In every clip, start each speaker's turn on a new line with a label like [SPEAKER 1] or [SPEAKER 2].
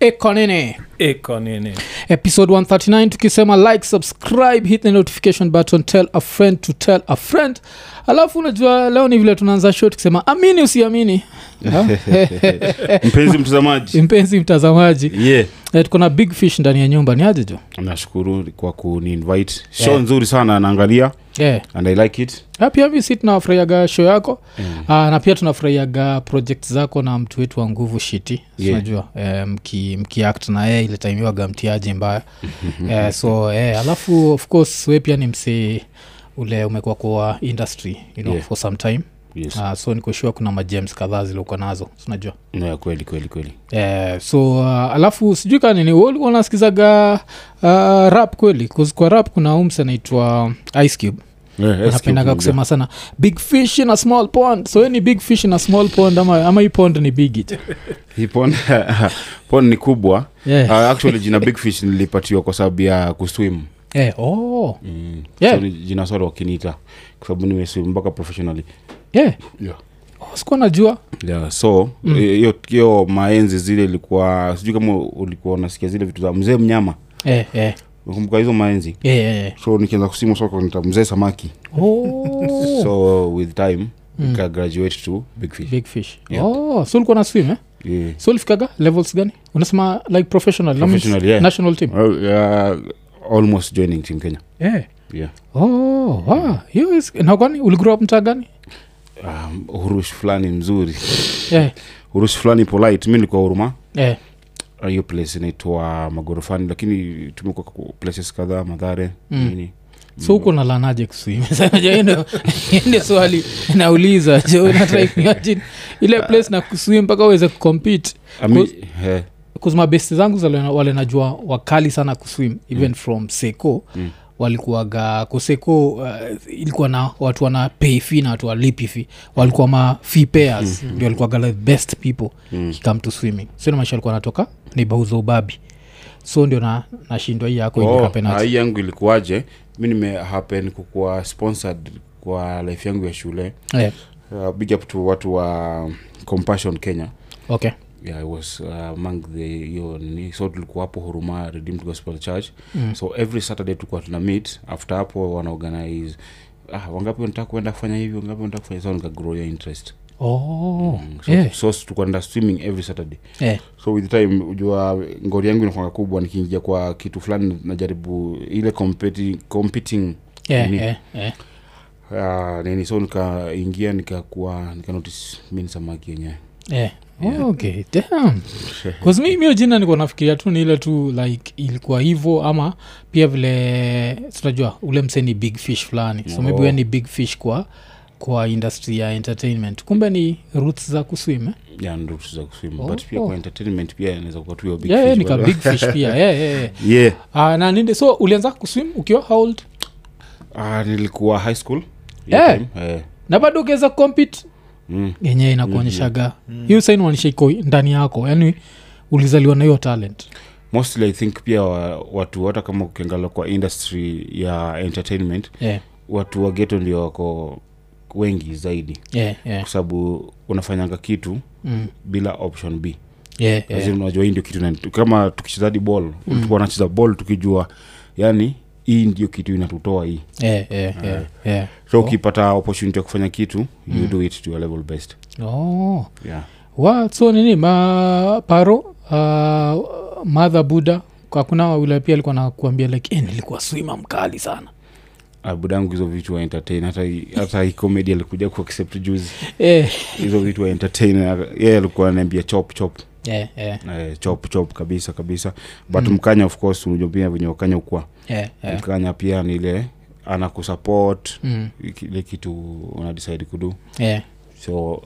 [SPEAKER 1] ekonene
[SPEAKER 2] iko nini
[SPEAKER 1] episode 139 tukisema like subscribe hit the notification button tell a friend to tell a friend alafu unajua leo ni vile tunaanza show tukisema amini usiamini Ha?
[SPEAKER 3] mpenzi mtazamaji
[SPEAKER 1] mpenzi mtazamaji
[SPEAKER 3] ye
[SPEAKER 1] Eh, tuko na big fish ndani ya nyumba ni aje jo
[SPEAKER 3] nashukuru kwa kuninvite show
[SPEAKER 1] Yeah.
[SPEAKER 3] nzuri sana naangalia
[SPEAKER 1] yeah.
[SPEAKER 3] and i like it
[SPEAKER 1] Ah, pia mi si tunafurahiaga show yako
[SPEAKER 3] Mm.
[SPEAKER 1] Ah, na pia tunafurahiaga project zako na mtu wetu wa nguvu shiti
[SPEAKER 3] Yeah.
[SPEAKER 1] unajua eh, mki, mkiact na yeye ile time waga mtiaji mbaya eh, so eh, alafu of course we pia ni msee ule umekuwa kwa industry you know,
[SPEAKER 3] Yeah.
[SPEAKER 1] for some time
[SPEAKER 3] yes
[SPEAKER 1] uh, so nikushua kuna majems kadhaa ziliokuwa nazo unajua
[SPEAKER 3] yeah, kweli kweli kweli
[SPEAKER 1] eh, so uh, alafu sijui kaa nini wewe ulikuwa unasikizaga uh, rap kweli 'Cause kwa rap kuna ums anaitwa ice cube
[SPEAKER 3] yeah, SQ
[SPEAKER 1] anapendaga
[SPEAKER 3] kuongea.
[SPEAKER 1] kusema sana big fish in a small pond so we ni big fish in a small pond ama, ama hii pond ni big it
[SPEAKER 3] Hii pon pon ni kubwa
[SPEAKER 1] yeah.
[SPEAKER 3] uh, actually jina big fish nilipatiwa kwa sababu ya kuswim
[SPEAKER 1] eh, oh.
[SPEAKER 3] mm.
[SPEAKER 1] Yeah.
[SPEAKER 3] so, ni jina soro wakiniita kwa sababu nimeswim mpaka professionally
[SPEAKER 1] yeah.
[SPEAKER 3] yeah.
[SPEAKER 1] oh, sikuwa najua
[SPEAKER 3] Yeah, so
[SPEAKER 1] Mm.
[SPEAKER 3] eh, hiyo hiyo maenzi zile ilikuwa sijui kama ulikuwa unasikia zile vitu za mzee mnyama
[SPEAKER 1] eh, eh.
[SPEAKER 3] nakumbuka hizo maenzi
[SPEAKER 1] Eh, eh, eh.
[SPEAKER 3] so nikianza kusimu soko nita mzee samaki
[SPEAKER 1] Oh.
[SPEAKER 3] so with time mm. graduate to big fish
[SPEAKER 1] big fish
[SPEAKER 3] Yep.
[SPEAKER 1] oh, so ulikuwa na swim eh?
[SPEAKER 3] yeah.
[SPEAKER 1] so ulifikaga levels gani unasema like professional, that means
[SPEAKER 3] Professional, yeah.
[SPEAKER 1] national team
[SPEAKER 3] well, uh, almost joining team kenya
[SPEAKER 1] eh.
[SPEAKER 3] yeah.
[SPEAKER 1] oh, wow. Hiyo is- na kwani uligrow up mtaa gani
[SPEAKER 3] um, urush fulani mzuri
[SPEAKER 1] eh.
[SPEAKER 3] urush fulani polite mi nilikuwa huruma
[SPEAKER 1] Eh.
[SPEAKER 3] Uh, hiyo place inaitwa magorofani lakini tumekuwa ku- places kadhaa madhare
[SPEAKER 1] Mm.
[SPEAKER 3] nini
[SPEAKER 1] so huko nalanaje kuswimndio swali nauliza je, unatry kuimagine ile place na kuswim mpaka uweze kucompete
[SPEAKER 3] Ami,
[SPEAKER 1] Cause-
[SPEAKER 3] eh,
[SPEAKER 1] kuzmabesti zangu zale- wale najua wakali sana kuswim even mm. from seko mm walikuwaga kuseko uh, ilikuwa na watu wana pay fee na watu walipi fi walikuwa ma fee payers mm. ndio walikuwaga the best people mm. kikam to swimming so namaisha alikuwa anatoka neighborhood za ubabi so ndio na- nashindwa hii yako
[SPEAKER 3] oh,
[SPEAKER 1] oh,
[SPEAKER 3] ah, hii yangu ilikuwaje mi nime happen kukuwa sponsored kwa life yangu ya shule
[SPEAKER 1] yeah.
[SPEAKER 3] uh, big up to watu wa compassion kenya
[SPEAKER 1] okay
[SPEAKER 3] yeah, I was uh, among the hiyo nini so tulikuwa hapo huruma redeemed gospel church mm. so every saturday tulikuwa tuna meet after hapo wanaorganize ah, wangapi wanataka kuenda kufanya hivi wangapi wanataka kufanya so nikagrow your interest
[SPEAKER 1] oh.
[SPEAKER 3] Mm, so,
[SPEAKER 1] yeah.
[SPEAKER 3] so tulikuwa naenda swimming every saturday
[SPEAKER 1] Yeah.
[SPEAKER 3] so with time ujua ngori yangu inakwanga kubwa nikiingia kwa kitu fulani najaribu ile competi, competing
[SPEAKER 1] Yeah,
[SPEAKER 3] nini.
[SPEAKER 1] yeah, yeah.
[SPEAKER 3] Ah, nini so nikaingia nikakuwa nikanotice mi ni samaki yenyewe
[SPEAKER 1] Yeah. Oh, okay. Damn. 'Cause mi- mi hiyo jina nikuwa nafikiria tu ni ile tu like ilikuwa hivo ama pia vile tunajua ule mse ni big fish fulani so maybe
[SPEAKER 3] Oh.
[SPEAKER 1] we ni big fish kwa kwa industry ya entertainment kumbe ni roots za kuswim eh?
[SPEAKER 3] ya ndo tuza kuswim
[SPEAKER 1] Oh,
[SPEAKER 3] but pia
[SPEAKER 1] oh.
[SPEAKER 3] kwa entertainment pia inaweza kuwa tu hiyo big
[SPEAKER 1] yeah, yeah,
[SPEAKER 3] fish
[SPEAKER 1] ni ka
[SPEAKER 3] bado.
[SPEAKER 1] big fish pia yeah, yeah, yeah.
[SPEAKER 3] yeah
[SPEAKER 1] Uh, na ninde so ulianza kuswim ukiwa how old
[SPEAKER 3] Ah, nilikuwa high school
[SPEAKER 1] Yeah.
[SPEAKER 3] Hiyo time, eh,
[SPEAKER 1] na bado ukiweza compete
[SPEAKER 3] mm.
[SPEAKER 1] yenyewe inakuonyeshaga hiyo sa inaonyesha iko ndani yako yani ulizaliwa na hiyo talent
[SPEAKER 3] mostly i think pia wa- watu hata kama ukiangala kwa industry ya entertainment
[SPEAKER 1] yeah,
[SPEAKER 3] watu wa geto ndio wako wengi zaidi
[SPEAKER 1] yeah, yeah.
[SPEAKER 3] kwa sababu unafanyanga kitu
[SPEAKER 1] Mm.
[SPEAKER 3] bila option b
[SPEAKER 1] Yeah, yeah. Mm.
[SPEAKER 3] lazima unajua hii ndio kitu inanitu- kama tukichezadi ball tulikuwa nacheza ball tukijua yani hii ndio kitu inatutoa hii
[SPEAKER 1] Yeah, yeah, yeah, yeah.
[SPEAKER 3] so ukipata opportunity ya kufanya kitu you
[SPEAKER 1] Mm.
[SPEAKER 3] do it to your level best
[SPEAKER 1] Oh.
[SPEAKER 3] yeah.
[SPEAKER 1] Wa- so nini ma paro uh, madha buda kakuna wawila pia alikuwa nakuambia like eh, nilikuwa swima mkali sana
[SPEAKER 3] Ah, budangu hizo vitu wa entertain hata hii- hata hii comedy alikuja ku accept juzi
[SPEAKER 1] eh.
[SPEAKER 3] hizo vitu wa entertain yeye alikuwa anaambia chop chop
[SPEAKER 1] yeah, yeah,
[SPEAKER 3] eh, chop chop kabisa kabisa but mkanya of course unajua pia venye wakanya ukwa
[SPEAKER 1] yeah, Mm. yeah.
[SPEAKER 3] mkanya pia ni ile anakusupport
[SPEAKER 1] Mm,
[SPEAKER 3] iki- ile kitu una decide kudu
[SPEAKER 1] yeah.
[SPEAKER 3] so uh,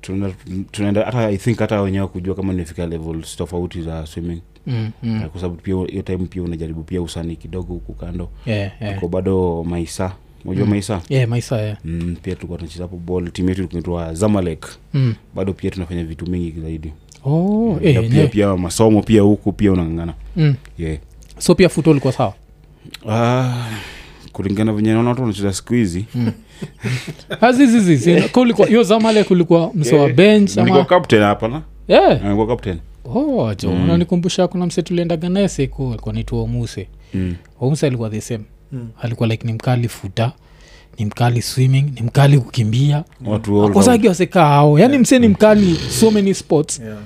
[SPEAKER 3] tunaenda tunaenda- hata i think hata wenyewe kujua kama nifika levels tofauti za swimming
[SPEAKER 1] Mm, mm,
[SPEAKER 3] Eh, kwa sababu pia hiyo time pia unajaribu pia usanii kidogo huku kando
[SPEAKER 1] yeah, Mm. yeah.
[SPEAKER 3] ko bado maisa unajua maisa
[SPEAKER 1] Yeah, maisa yeah.
[SPEAKER 3] mm, pia tulikuwa tunacheza hapo ball timu yetu ilikuwa inaitwa zamalek
[SPEAKER 1] Mm.
[SPEAKER 3] bado pia tunafanya vitu mingi zaidi
[SPEAKER 1] Oh,
[SPEAKER 3] Mm, Na
[SPEAKER 1] eh,
[SPEAKER 3] pia,
[SPEAKER 1] yeah.
[SPEAKER 3] pia masomo pia huku pia unangangana
[SPEAKER 1] Mm.
[SPEAKER 3] yeah.
[SPEAKER 1] so pia futo ulikuwa sawa
[SPEAKER 3] ah, kulingana venye naona watu wanacheza siku hizi
[SPEAKER 1] Hmm. azizizizio zama ile kulikuwa mse wa bench
[SPEAKER 3] nilikuwa
[SPEAKER 1] ama
[SPEAKER 3] captain hapana
[SPEAKER 1] yeah.
[SPEAKER 3] nilikuwa captain
[SPEAKER 1] oh, jo mm. unanikumbusha kuna mse tuliendaga naye seko alikuwa naitwa omuse
[SPEAKER 3] mm.
[SPEAKER 1] omuse alikuwa the same
[SPEAKER 2] Mm.
[SPEAKER 1] alikuwa like ni mkali futa ni mkali swimming ni mkali kukimbia Ah,
[SPEAKER 3] watu all round. Mm.
[SPEAKER 1] akozagi waseka hao yaani mse ni mkali so many sports
[SPEAKER 2] Yeah.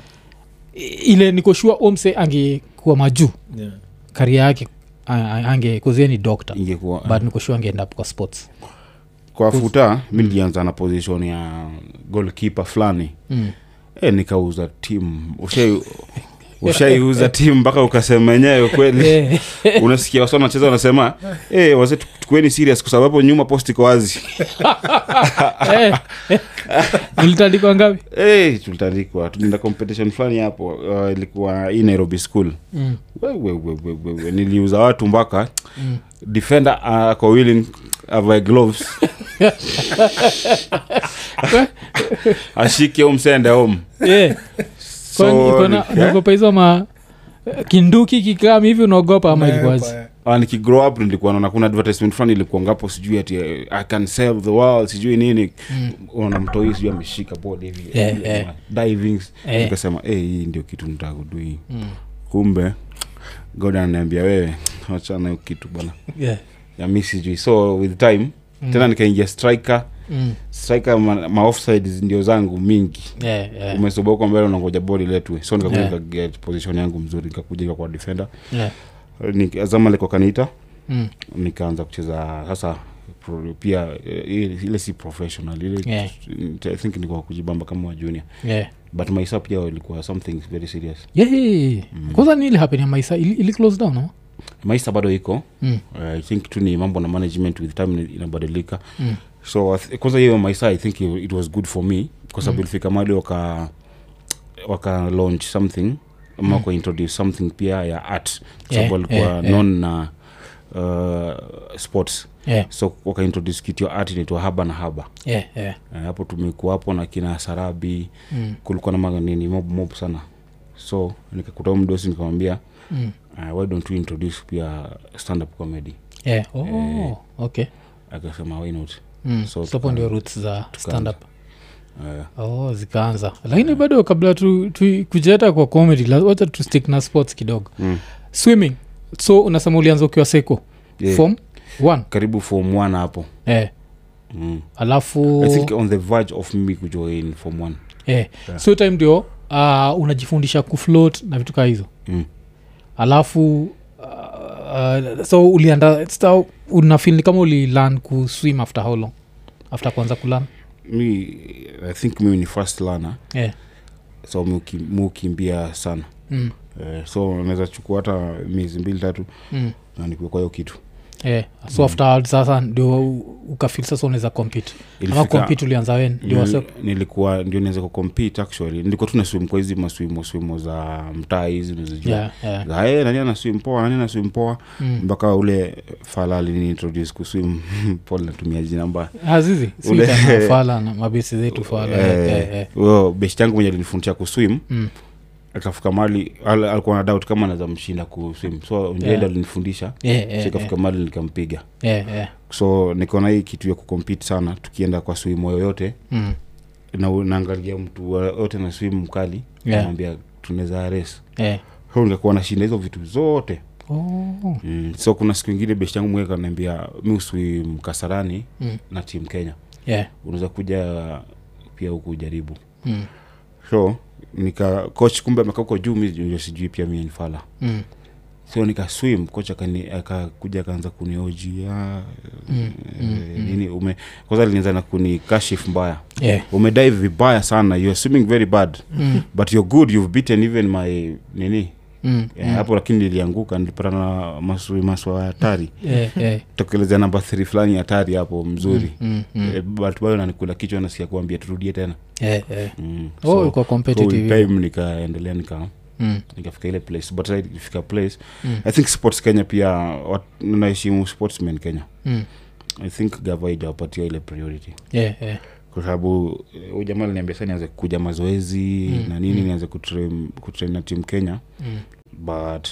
[SPEAKER 1] I- ile nikoshua omse angekuwa majuu
[SPEAKER 2] Yeah.
[SPEAKER 1] karia yake a- a- ange kuzia ni doctor
[SPEAKER 3] ingekuwa
[SPEAKER 1] but nikoshua angeenda kwa sports
[SPEAKER 3] kwa futa mi nilianza na position ya golkipe fulani
[SPEAKER 1] mm.
[SPEAKER 3] e, nikauza timu ushai ushaiuza timu mpaka ukasema enyewe kweli
[SPEAKER 1] Eh,
[SPEAKER 3] unasikia wasa wanacheza wanasema e, wazee tu- tukueni serious kwa sababu nyuma post iko wazi
[SPEAKER 1] eh, eh. ulitandikwa ngapi
[SPEAKER 3] e, tulitandikwa tulienda competition fulani hapo uh, ilikuwa hii nairobi school
[SPEAKER 1] mm.
[SPEAKER 3] we, we, we, we, we, we. niliuza watu mpaka
[SPEAKER 1] Mm.
[SPEAKER 3] defender uh, kwa willing avae gloves ashike umsende home
[SPEAKER 1] Eh, kwani
[SPEAKER 3] So,
[SPEAKER 1] iko na-
[SPEAKER 3] eh?
[SPEAKER 1] unaogopa hizo ma kinduki kikam hivi unaogopa ama ilikuwaje
[SPEAKER 2] Naogopa, eh.
[SPEAKER 3] Ah, nikigrow up nilikuwa naona kuna advertisement fulani ilikuwa ngapo sijui ati eh, i can save the world sijui nini ona mtoi sijui ameshika board hivi
[SPEAKER 1] Mm. Eh,
[SPEAKER 3] eh,
[SPEAKER 1] eh.
[SPEAKER 3] divings
[SPEAKER 1] Eh.
[SPEAKER 3] nikasema eh, hii ndio kitu nitakudui
[SPEAKER 1] Mm.
[SPEAKER 3] kumbe god ananiambia wewe wachana hiyo kitu bwana
[SPEAKER 1] Yeah.
[SPEAKER 3] ya mi sijui so with time
[SPEAKER 1] Mm.
[SPEAKER 3] tena nikaingia striker
[SPEAKER 1] Mm.
[SPEAKER 3] striker ma, ma offsides ndio zangu mingi
[SPEAKER 1] Yeah, yeah,
[SPEAKER 3] umesoboka mbele unangoja boli letwe so nikakuja
[SPEAKER 1] Yeah.
[SPEAKER 3] nikaget position yangu mzuri nikakuja nikakuwa defender
[SPEAKER 1] yeah.
[SPEAKER 3] Nika- zamalek wakaniita
[SPEAKER 1] Mm.
[SPEAKER 3] nikaanza kucheza sasa pro- pia eh, ile ile si professional ile
[SPEAKER 1] Yeah.
[SPEAKER 3] i think nilikuwa kujibamba kama wa junior
[SPEAKER 1] Yeah.
[SPEAKER 3] but maisa pia ilikuwa something very serious
[SPEAKER 1] Yeah, yeah, yeah. Mm. kwanza ni ile happen ya maisa ili, ili close down ama?
[SPEAKER 3] maisa bado iko
[SPEAKER 1] mm.
[SPEAKER 3] uh, i think tu ni mambo na management with time inabadilika
[SPEAKER 1] Mm.
[SPEAKER 3] so I th- kwanza hiyo maisa i think it was good for me kwa
[SPEAKER 1] Mm.
[SPEAKER 3] sababu ilifika mali waka waka launch something ama waka introduce something pia ya art kwa sababu
[SPEAKER 1] Mm. Yeah,
[SPEAKER 3] alikuwa
[SPEAKER 1] yeah, yeah.
[SPEAKER 3] non na uh, sports
[SPEAKER 1] Yeah,
[SPEAKER 3] so waka introduce kitu ya art inaitwa haba na haba
[SPEAKER 1] yeah, yeah.
[SPEAKER 3] Eh, hapo tumekuwa hapo na kina sarabi
[SPEAKER 1] Mm.
[SPEAKER 3] kulikuwa na maganini mob mob sana so nikakuta huyu mdosi nikamwambia
[SPEAKER 1] Mm.
[SPEAKER 3] uh, why don't we introduce pia stand up comedy
[SPEAKER 1] Yeah. Oh, okay.
[SPEAKER 3] akasema why not
[SPEAKER 1] Mm.
[SPEAKER 3] Eh. So,
[SPEAKER 1] So hapo
[SPEAKER 3] tuka-
[SPEAKER 1] ndio roots za stand up
[SPEAKER 3] uh,
[SPEAKER 1] oh, zikaanza lakini bado kabla tu, tu kujeta kwa comedy la- wacha tu stick na sports kidogo
[SPEAKER 3] mm.
[SPEAKER 1] swimming so unasema ulianza ukiwa seko
[SPEAKER 3] yeah,
[SPEAKER 1] form one
[SPEAKER 3] karibu form one hapo
[SPEAKER 1] eh,
[SPEAKER 3] mm.
[SPEAKER 1] alafu
[SPEAKER 3] i think on the verge of mimi kujoin form one
[SPEAKER 1] eh,
[SPEAKER 3] Yeah.
[SPEAKER 1] so time ndio uh, unajifundisha kufloat na vitu kaa hizo
[SPEAKER 3] Mm.
[SPEAKER 1] alafu uh, uh, so ulianda so unafil kama ulilan kuswim after how long after kuanza kulan
[SPEAKER 3] mi i think mimi ni first learner
[SPEAKER 1] eh,
[SPEAKER 3] so mukimbia sana
[SPEAKER 1] mm,
[SPEAKER 3] uh, so naweza chukua hata miezi mbili tatu
[SPEAKER 1] mm,
[SPEAKER 3] na nikuwe kwa hiyo kitu
[SPEAKER 1] eh,
[SPEAKER 3] Mm.
[SPEAKER 1] so after sasa ndio u- ukafil sasa unaweza compete ama
[SPEAKER 3] Ilifika-
[SPEAKER 1] compete ulianza wen ndio
[SPEAKER 3] Nil-
[SPEAKER 1] wase
[SPEAKER 3] nilikuwa ndio niweza kucompete actually nilikuwa tu naswim kwa hizi maswimo swimo za mtaa hizi unazijua
[SPEAKER 1] yeah, yeah.
[SPEAKER 3] Za, "Eh, nani anaswim poa nani anaswim poa
[SPEAKER 1] Mm.
[SPEAKER 3] mpaka ule fala aliniintroduce kuswim pole natumia jina mbaya
[SPEAKER 1] azizi
[SPEAKER 3] Ule-
[SPEAKER 1] sitanafala na mabesi zetu fala eh, eh, eh.
[SPEAKER 3] huyo besti yangu mwenye alinifundisha kuswim
[SPEAKER 1] Mm.
[SPEAKER 3] akafika mali al- alikuwa na doubt kama anaweza mshinda kuswim so ndiye
[SPEAKER 1] Yeah.
[SPEAKER 3] ndo alinifundisha
[SPEAKER 1] Eh, eh,
[SPEAKER 3] so ikafika mali nikampiga
[SPEAKER 1] eh, eh, eh.
[SPEAKER 3] so nikaona hii kitu ya kucompete sana tukienda kwa swimo yoyote
[SPEAKER 1] Mm,
[SPEAKER 3] na naangalia mtu wa- yote na swim mkali
[SPEAKER 1] Yeah.
[SPEAKER 3] namwambia tunaweza res
[SPEAKER 1] eh.
[SPEAKER 3] so nikakuwa nashinda hizo vitu zote
[SPEAKER 1] Oh,
[SPEAKER 3] mm. so kuna siku ingine beshi yangu mweka naambia mi uswim kasarani
[SPEAKER 1] mm,
[SPEAKER 3] na timu kenya
[SPEAKER 1] yeah,
[SPEAKER 3] unaweza kuja pia huku ujaribu
[SPEAKER 1] mm,
[SPEAKER 3] so nika coach kumbe amekaa huko juu mi ndio sijui pia mi nifala
[SPEAKER 1] mm,
[SPEAKER 3] so nikaswim coach akani- akakuja akaanza kuniojia
[SPEAKER 1] mm,
[SPEAKER 3] eh, nini ume kwanza alinianza na kunikashifu mbaya
[SPEAKER 1] yeah,
[SPEAKER 3] umedive vibaya sana you're swimming very bad
[SPEAKER 1] mm,
[SPEAKER 3] but you're good you've beaten even my nini
[SPEAKER 1] mm,
[SPEAKER 3] Eh, hapo lakini nilianguka nilipatana na maswa- maswala ya hatari
[SPEAKER 1] eh, eh,
[SPEAKER 3] tokelezea namba th fulani hatari hapo mzuri
[SPEAKER 1] mm, mm,
[SPEAKER 3] Eh, but bado nanikula kichwa nasikia kuambia turudie tena
[SPEAKER 1] eh, eh.
[SPEAKER 3] mm.
[SPEAKER 1] Oh,
[SPEAKER 3] So,
[SPEAKER 1] ulikuwa
[SPEAKER 3] so with
[SPEAKER 1] competitive.
[SPEAKER 3] time nikaendelea nika
[SPEAKER 1] Mm,
[SPEAKER 3] nikafika ile place but I- ikifika place
[SPEAKER 1] Mm.
[SPEAKER 3] i think sports kenya pia wat- naheshimu sportsmen kenya
[SPEAKER 1] mm,
[SPEAKER 3] i think gava ijawapatia ile priority
[SPEAKER 1] yeah, yeah,
[SPEAKER 3] kwa sababu eh, huyu jamaa aliniambia saa nianze kuja mazoezi
[SPEAKER 1] Mm,
[SPEAKER 3] na nini
[SPEAKER 1] mm.
[SPEAKER 3] nianze kutrain kutrain na timu kenya
[SPEAKER 1] mm,
[SPEAKER 3] but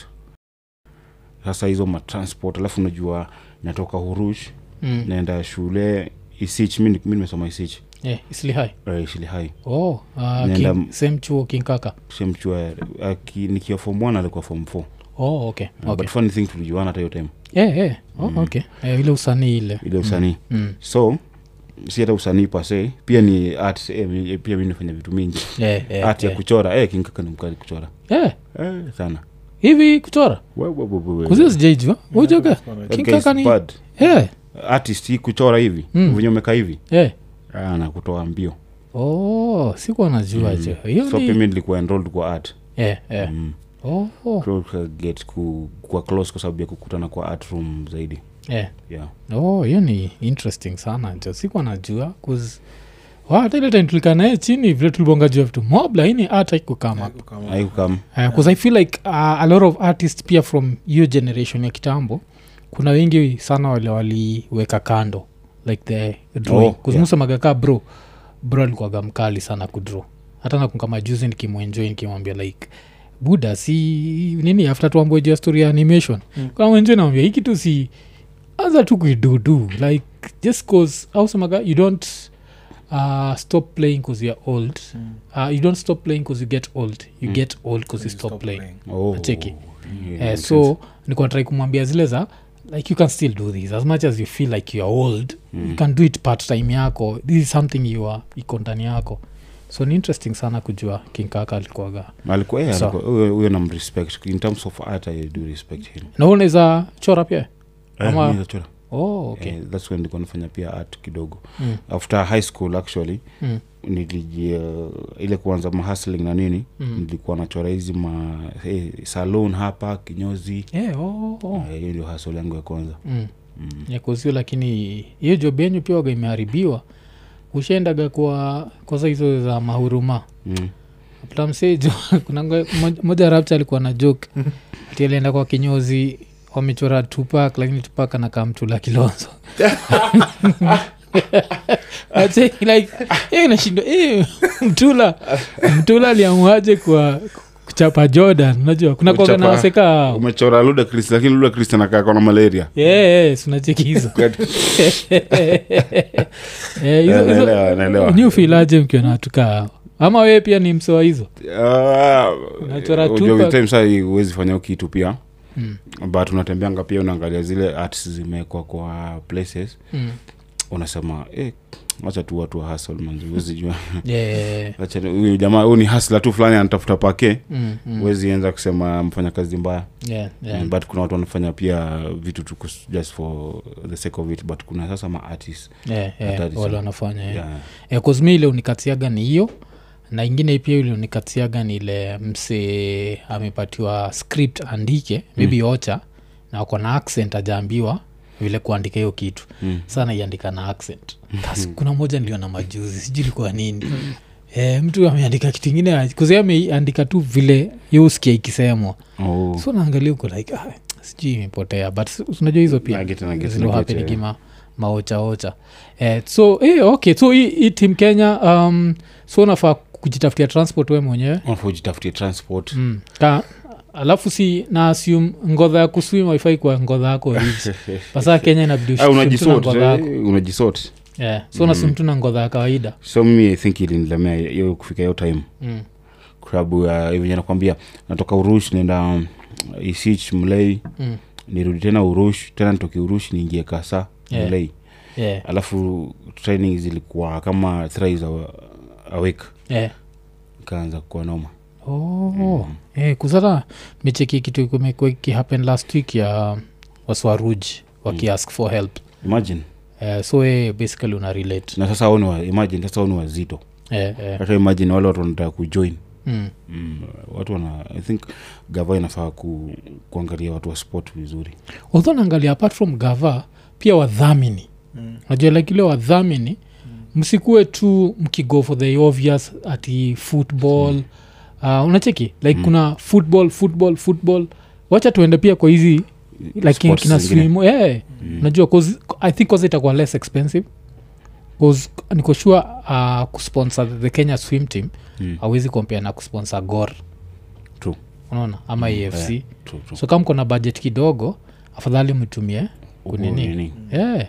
[SPEAKER 3] sasa hizo matransport alafu unajua natoka hurush
[SPEAKER 1] mm,
[SPEAKER 3] naenda shule isich mi ni- mi nimesoma isich
[SPEAKER 1] yeah, islihai
[SPEAKER 3] eh, Shilihai
[SPEAKER 1] oh, uh,
[SPEAKER 3] Nenda
[SPEAKER 1] king,
[SPEAKER 3] m-
[SPEAKER 1] same chuo kinkaka
[SPEAKER 3] shemchua eh, aki- nikiwa form one alikuwa form four
[SPEAKER 1] oh, okay,
[SPEAKER 3] okay.
[SPEAKER 1] okay.
[SPEAKER 3] but funny thing tulijuana hata hiyo time
[SPEAKER 1] Yeah, yeah. Oh,
[SPEAKER 3] Mm-hmm.
[SPEAKER 1] okay. Eh, ile usanii ile
[SPEAKER 3] ile usanii
[SPEAKER 1] mm.
[SPEAKER 3] so si hata usanii pase pia ni art eh, mi- pia mi nafanya vitu mingi
[SPEAKER 1] yeah, yeah,
[SPEAKER 3] art ya
[SPEAKER 1] yeah.
[SPEAKER 3] kuchora eh, kinkaka ni mkali kuchora
[SPEAKER 1] Yeah.
[SPEAKER 3] eh, sana
[SPEAKER 1] hivi kuchora
[SPEAKER 3] We- we- we- we- we-
[SPEAKER 1] kuzio sijaijua ujoga
[SPEAKER 3] that guy is
[SPEAKER 1] kinkaka ni
[SPEAKER 3] bad.
[SPEAKER 1] yeah,
[SPEAKER 3] artist hii kuchora hivi
[SPEAKER 1] Mm.
[SPEAKER 3] venye umeka hivi
[SPEAKER 1] yeah.
[SPEAKER 3] ah, na kutoa mbio
[SPEAKER 1] oh, sikuwa najua
[SPEAKER 3] Mm.
[SPEAKER 1] jo hiyo
[SPEAKER 3] so pia
[SPEAKER 1] ni
[SPEAKER 3] mi nilikuwa enrolled kwa art
[SPEAKER 1] yeah, yeah.
[SPEAKER 3] Mm.
[SPEAKER 1] Oh, oh.
[SPEAKER 3] So, tuka get ku, kuwa close kwa sababu ya kukutana kwa art room zaidi
[SPEAKER 1] Yeah.
[SPEAKER 3] yeah.
[SPEAKER 1] oh hiyo ni interesting sana jo sikuwa najua 'cause- wa, hata ile time tulikaa naye chini vile tulibonga juu ya vitu mob lakini art haikukama
[SPEAKER 3] haikukam
[SPEAKER 1] because i feel like uh, a lot of artists pia from hiyo generation ya kitambo kuna wengi sana wale waliweka kando like the drawing
[SPEAKER 3] Oh,
[SPEAKER 1] oh,
[SPEAKER 3] yeah.
[SPEAKER 1] yeah. ka bro bro alikuwaga mkali sana kudraw hata nakunga majuzi nikimwenjoi nikimwambia like buda si nini after tuambue juu ya story ya animation mm.
[SPEAKER 2] Mm.
[SPEAKER 1] kuna mwenjoi naambia hiki tu si anza tu kuidudu like just cause ausemaga you don't uh, stop playing cause youare old
[SPEAKER 2] Hmm.
[SPEAKER 1] uh, you don't stop playing because you get old you
[SPEAKER 3] Mm.
[SPEAKER 1] mm. get old because you stop, stop playing,
[SPEAKER 3] oh,
[SPEAKER 1] Cheki.
[SPEAKER 3] yeah,
[SPEAKER 1] Uh,
[SPEAKER 3] makes sense.
[SPEAKER 1] so nikonatrai kumwambia zile za like you can still do this as much as you feel like you are old mm.
[SPEAKER 3] Hmm.
[SPEAKER 1] you can do it part time yako this is something you are iko ndani yako so ni interesting sana kujua kinkaka alikuaga
[SPEAKER 3] alikuwa yeye
[SPEAKER 1] So-
[SPEAKER 3] alikuwa- huyo huyo nam respect in terms of art i do respect him
[SPEAKER 1] na huo unaweza chora pia
[SPEAKER 3] Eh,
[SPEAKER 1] Ama-
[SPEAKER 3] mi nachora.
[SPEAKER 1] oh, okay.
[SPEAKER 3] Eh, that's when nilikuwa nafanya pia art kidogo
[SPEAKER 1] mm.
[SPEAKER 3] after high school actually
[SPEAKER 1] Mm.
[SPEAKER 3] niliji uh, ile kuanza mahasling na nini
[SPEAKER 1] Mm.
[SPEAKER 3] nilikuwa nachora hizi ma eh, salon hapa kinyozi
[SPEAKER 1] Yeah, oh, oh, oh.
[SPEAKER 3] Eh, hiyo ndio hasol yangu ya kwanza
[SPEAKER 1] Mm.
[SPEAKER 3] mm.
[SPEAKER 1] yakuzio lakini hiyo job yenyu pia waga imeharibiwa ushaendaga kwa kosa hizo za mahuruma
[SPEAKER 3] Mm.
[SPEAKER 1] plamsejo kunanga moja rapta alikuwa na joke ati alienda kwa kinyozi wamechora tupak lakini tupak anakaa mtula kilonzo Acheki, like, eh, nashindwa eh, mtula mtula aliamuaje kwa kuchapa jordan unajua kuna kuwaga na
[SPEAKER 3] Kuchapa-
[SPEAKER 1] waseka
[SPEAKER 3] umechora ludacris lakini ludacris anakaa kona malaria
[SPEAKER 1] sunacheki hizo Eh, hizo- hizo-
[SPEAKER 3] Naelewa, naelewa.
[SPEAKER 1] nyi ufilaje mkiwa na watu kaa hao? ama wewe pia ni msoa hizo
[SPEAKER 3] Ah,
[SPEAKER 1] Unachora
[SPEAKER 3] ujua
[SPEAKER 1] Tupac.
[SPEAKER 3] with time saa hii huwezi fanya hiyo kitu pia
[SPEAKER 1] Mm.
[SPEAKER 3] but unatembeanga pia unaangalia zile arts zimewekwa kwa places
[SPEAKER 1] mm.
[SPEAKER 3] unasema eh, wacha tu watu wa hasol manzi huwezi jua
[SPEAKER 1] yeah.
[SPEAKER 3] Wacha ni- huyu jamaa huyu ni hasla tu fulani anatafuta pake
[SPEAKER 1] mm, mm.
[SPEAKER 3] huwezi enza kusema mfanya kazi mbaya
[SPEAKER 1] yeah, yeah.
[SPEAKER 3] Mm, but kuna watu wanafanya pia vitu tu kus- just for the sake of it but kuna sasa maartist
[SPEAKER 1] Yeah, yeah,
[SPEAKER 3] Hatari
[SPEAKER 1] wale
[SPEAKER 3] sana.
[SPEAKER 1] wanafanya yeah.
[SPEAKER 3] yeah.
[SPEAKER 1] yeah, 'cause mi ile unikatiaga ni hiyo na ingine pia ile unikatiaga ni ile mse amepatiwa script andike
[SPEAKER 3] Mm.
[SPEAKER 1] maybe ocha na uko na accent ajaambiwa vile kuandika hiyo kitu
[SPEAKER 3] Mm. Mm-hmm.
[SPEAKER 1] sana iandika na accent Kasi, kuna moja niliona majuzi sijui ilikuwa nini e, mtu ameandika kitu ingine kuzia ameandika tu vile yoskia ikisemwa
[SPEAKER 3] Oh.
[SPEAKER 1] so naangalia huko like ah, sijui imepotea but s- unajua hizo pia
[SPEAKER 3] Nugget, nugget, nugget,
[SPEAKER 1] zilohapenigi ma, maochaocha eh, so eh, okay so hii hii team kenya um, so unafaa kujitafutia transport we mwenyewe
[SPEAKER 3] Unafaa ujitafutie transport
[SPEAKER 1] mm. ka alafu si na assume ngodha ya kuswim waifai kwa ngodha yako hizi pasaa kenya inabidi uswim
[SPEAKER 3] Ah,
[SPEAKER 1] tu na
[SPEAKER 3] unajisort,
[SPEAKER 1] ngodha yako
[SPEAKER 3] eh, Mm. unajisort
[SPEAKER 1] yeah. so unaswim tu na ngodha ya kawaida
[SPEAKER 3] so mimi i think ilinilemea hiyo kufika hiyo time
[SPEAKER 1] mm.
[SPEAKER 3] kwa sababu uh, venye nakwambia natoka urush naenda um, isich mlei
[SPEAKER 1] Mm.
[SPEAKER 3] nirudi tena urush tena nitoke urush niingie kasa
[SPEAKER 1] Yeah.
[SPEAKER 3] mlei
[SPEAKER 1] Yeah.
[SPEAKER 3] alafu training zilikuwa kama thrice a, a week
[SPEAKER 1] Yeah.
[SPEAKER 3] ikaanza kuwa noma
[SPEAKER 1] Oh. Eh, kuzata micheki kitu kumekuwa ikihappen last week ya waswaruji wakiask for help
[SPEAKER 3] imagine
[SPEAKER 1] Eh, so eh, basically una relate
[SPEAKER 3] na sasa hao ni wa, imagine sasa hao ni wazito
[SPEAKER 1] eh, eh.
[SPEAKER 3] hata imagine wale watu wanataka kujoin
[SPEAKER 1] Mm.
[SPEAKER 3] mm, watu wana i think gava inafaa ku, kuangalia watu wa sport vizuri
[SPEAKER 1] although naangalia apart from gava pia wadhamini
[SPEAKER 2] Hmm.
[SPEAKER 1] najua like ile wadhamini msikuwe tu mkigo for the obvious ati football
[SPEAKER 3] Hmm.
[SPEAKER 1] uh, unacheki like
[SPEAKER 3] Mm.
[SPEAKER 1] kuna football football football wacha tuende pia kwa hizi like
[SPEAKER 3] Sports
[SPEAKER 1] kina
[SPEAKER 3] zingine.
[SPEAKER 1] swimu eh.
[SPEAKER 3] Mm.
[SPEAKER 1] najua cause, i think cause itakuwa less expensive cause niko sure uh, kusponsor the kenya swim team
[SPEAKER 3] Mm.
[SPEAKER 1] awezi kompea na kusponsor gor
[SPEAKER 3] True. Hmm.
[SPEAKER 1] unaona ama mm, efc
[SPEAKER 3] yeah. True, true. Hmm.
[SPEAKER 1] so kama mko na budget kidogo afadhali mtumie Eh,
[SPEAKER 3] Huku
[SPEAKER 1] kunini?
[SPEAKER 3] nini?
[SPEAKER 1] yeah.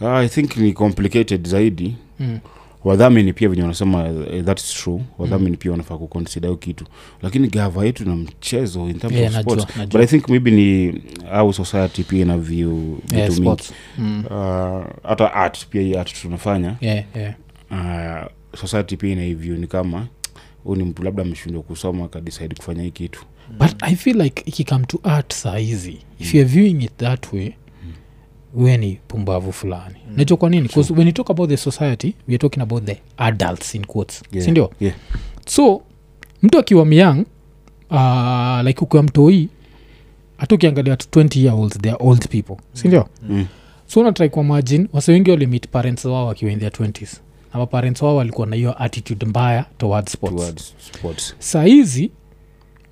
[SPEAKER 3] Ah, i think ni complicated zaidi
[SPEAKER 1] mm.
[SPEAKER 3] wadhamini pia venye wanasema eh, that's true wadhamini mm. pia wanafaa kuconsider hiyo kitu lakini gava yetu na mchezo in terms
[SPEAKER 1] Yeah,
[SPEAKER 3] of
[SPEAKER 1] Eh, najua,
[SPEAKER 3] sports
[SPEAKER 1] najua.
[SPEAKER 3] but i think maybe ni au society pia ina view
[SPEAKER 1] Yeah,
[SPEAKER 3] vitu mingi
[SPEAKER 1] Eh, sports. Mm.
[SPEAKER 3] Ah, hata art pia hii art tunafanya
[SPEAKER 1] Yeah, yeah.
[SPEAKER 3] Ah, society pia ina view ni kama huu ni mtu labda ameshindwa kusoma akadisaidi kufanya hii kitu
[SPEAKER 1] but i feel like ikikam to art saa hizi if youare
[SPEAKER 3] Hmm.
[SPEAKER 1] viewing it that way we ni pumbavu fulani mm. najua kwa nini bcause when you talk about the society weare talking about the adults in quotes
[SPEAKER 3] Yeah,
[SPEAKER 1] sindio
[SPEAKER 3] yeah.
[SPEAKER 1] so mtu akiwa myang uh, like ukiwa mtoi hata ukiangalia watu 20 year olds they are old people sindio
[SPEAKER 3] Mm.
[SPEAKER 1] so unatrai kwa majin wase wengi walimit parents wao wakiwa in their 20s na maparents wao walikuwa na hiyo attitude mbaya towards sports
[SPEAKER 3] towards sports
[SPEAKER 1] sahizi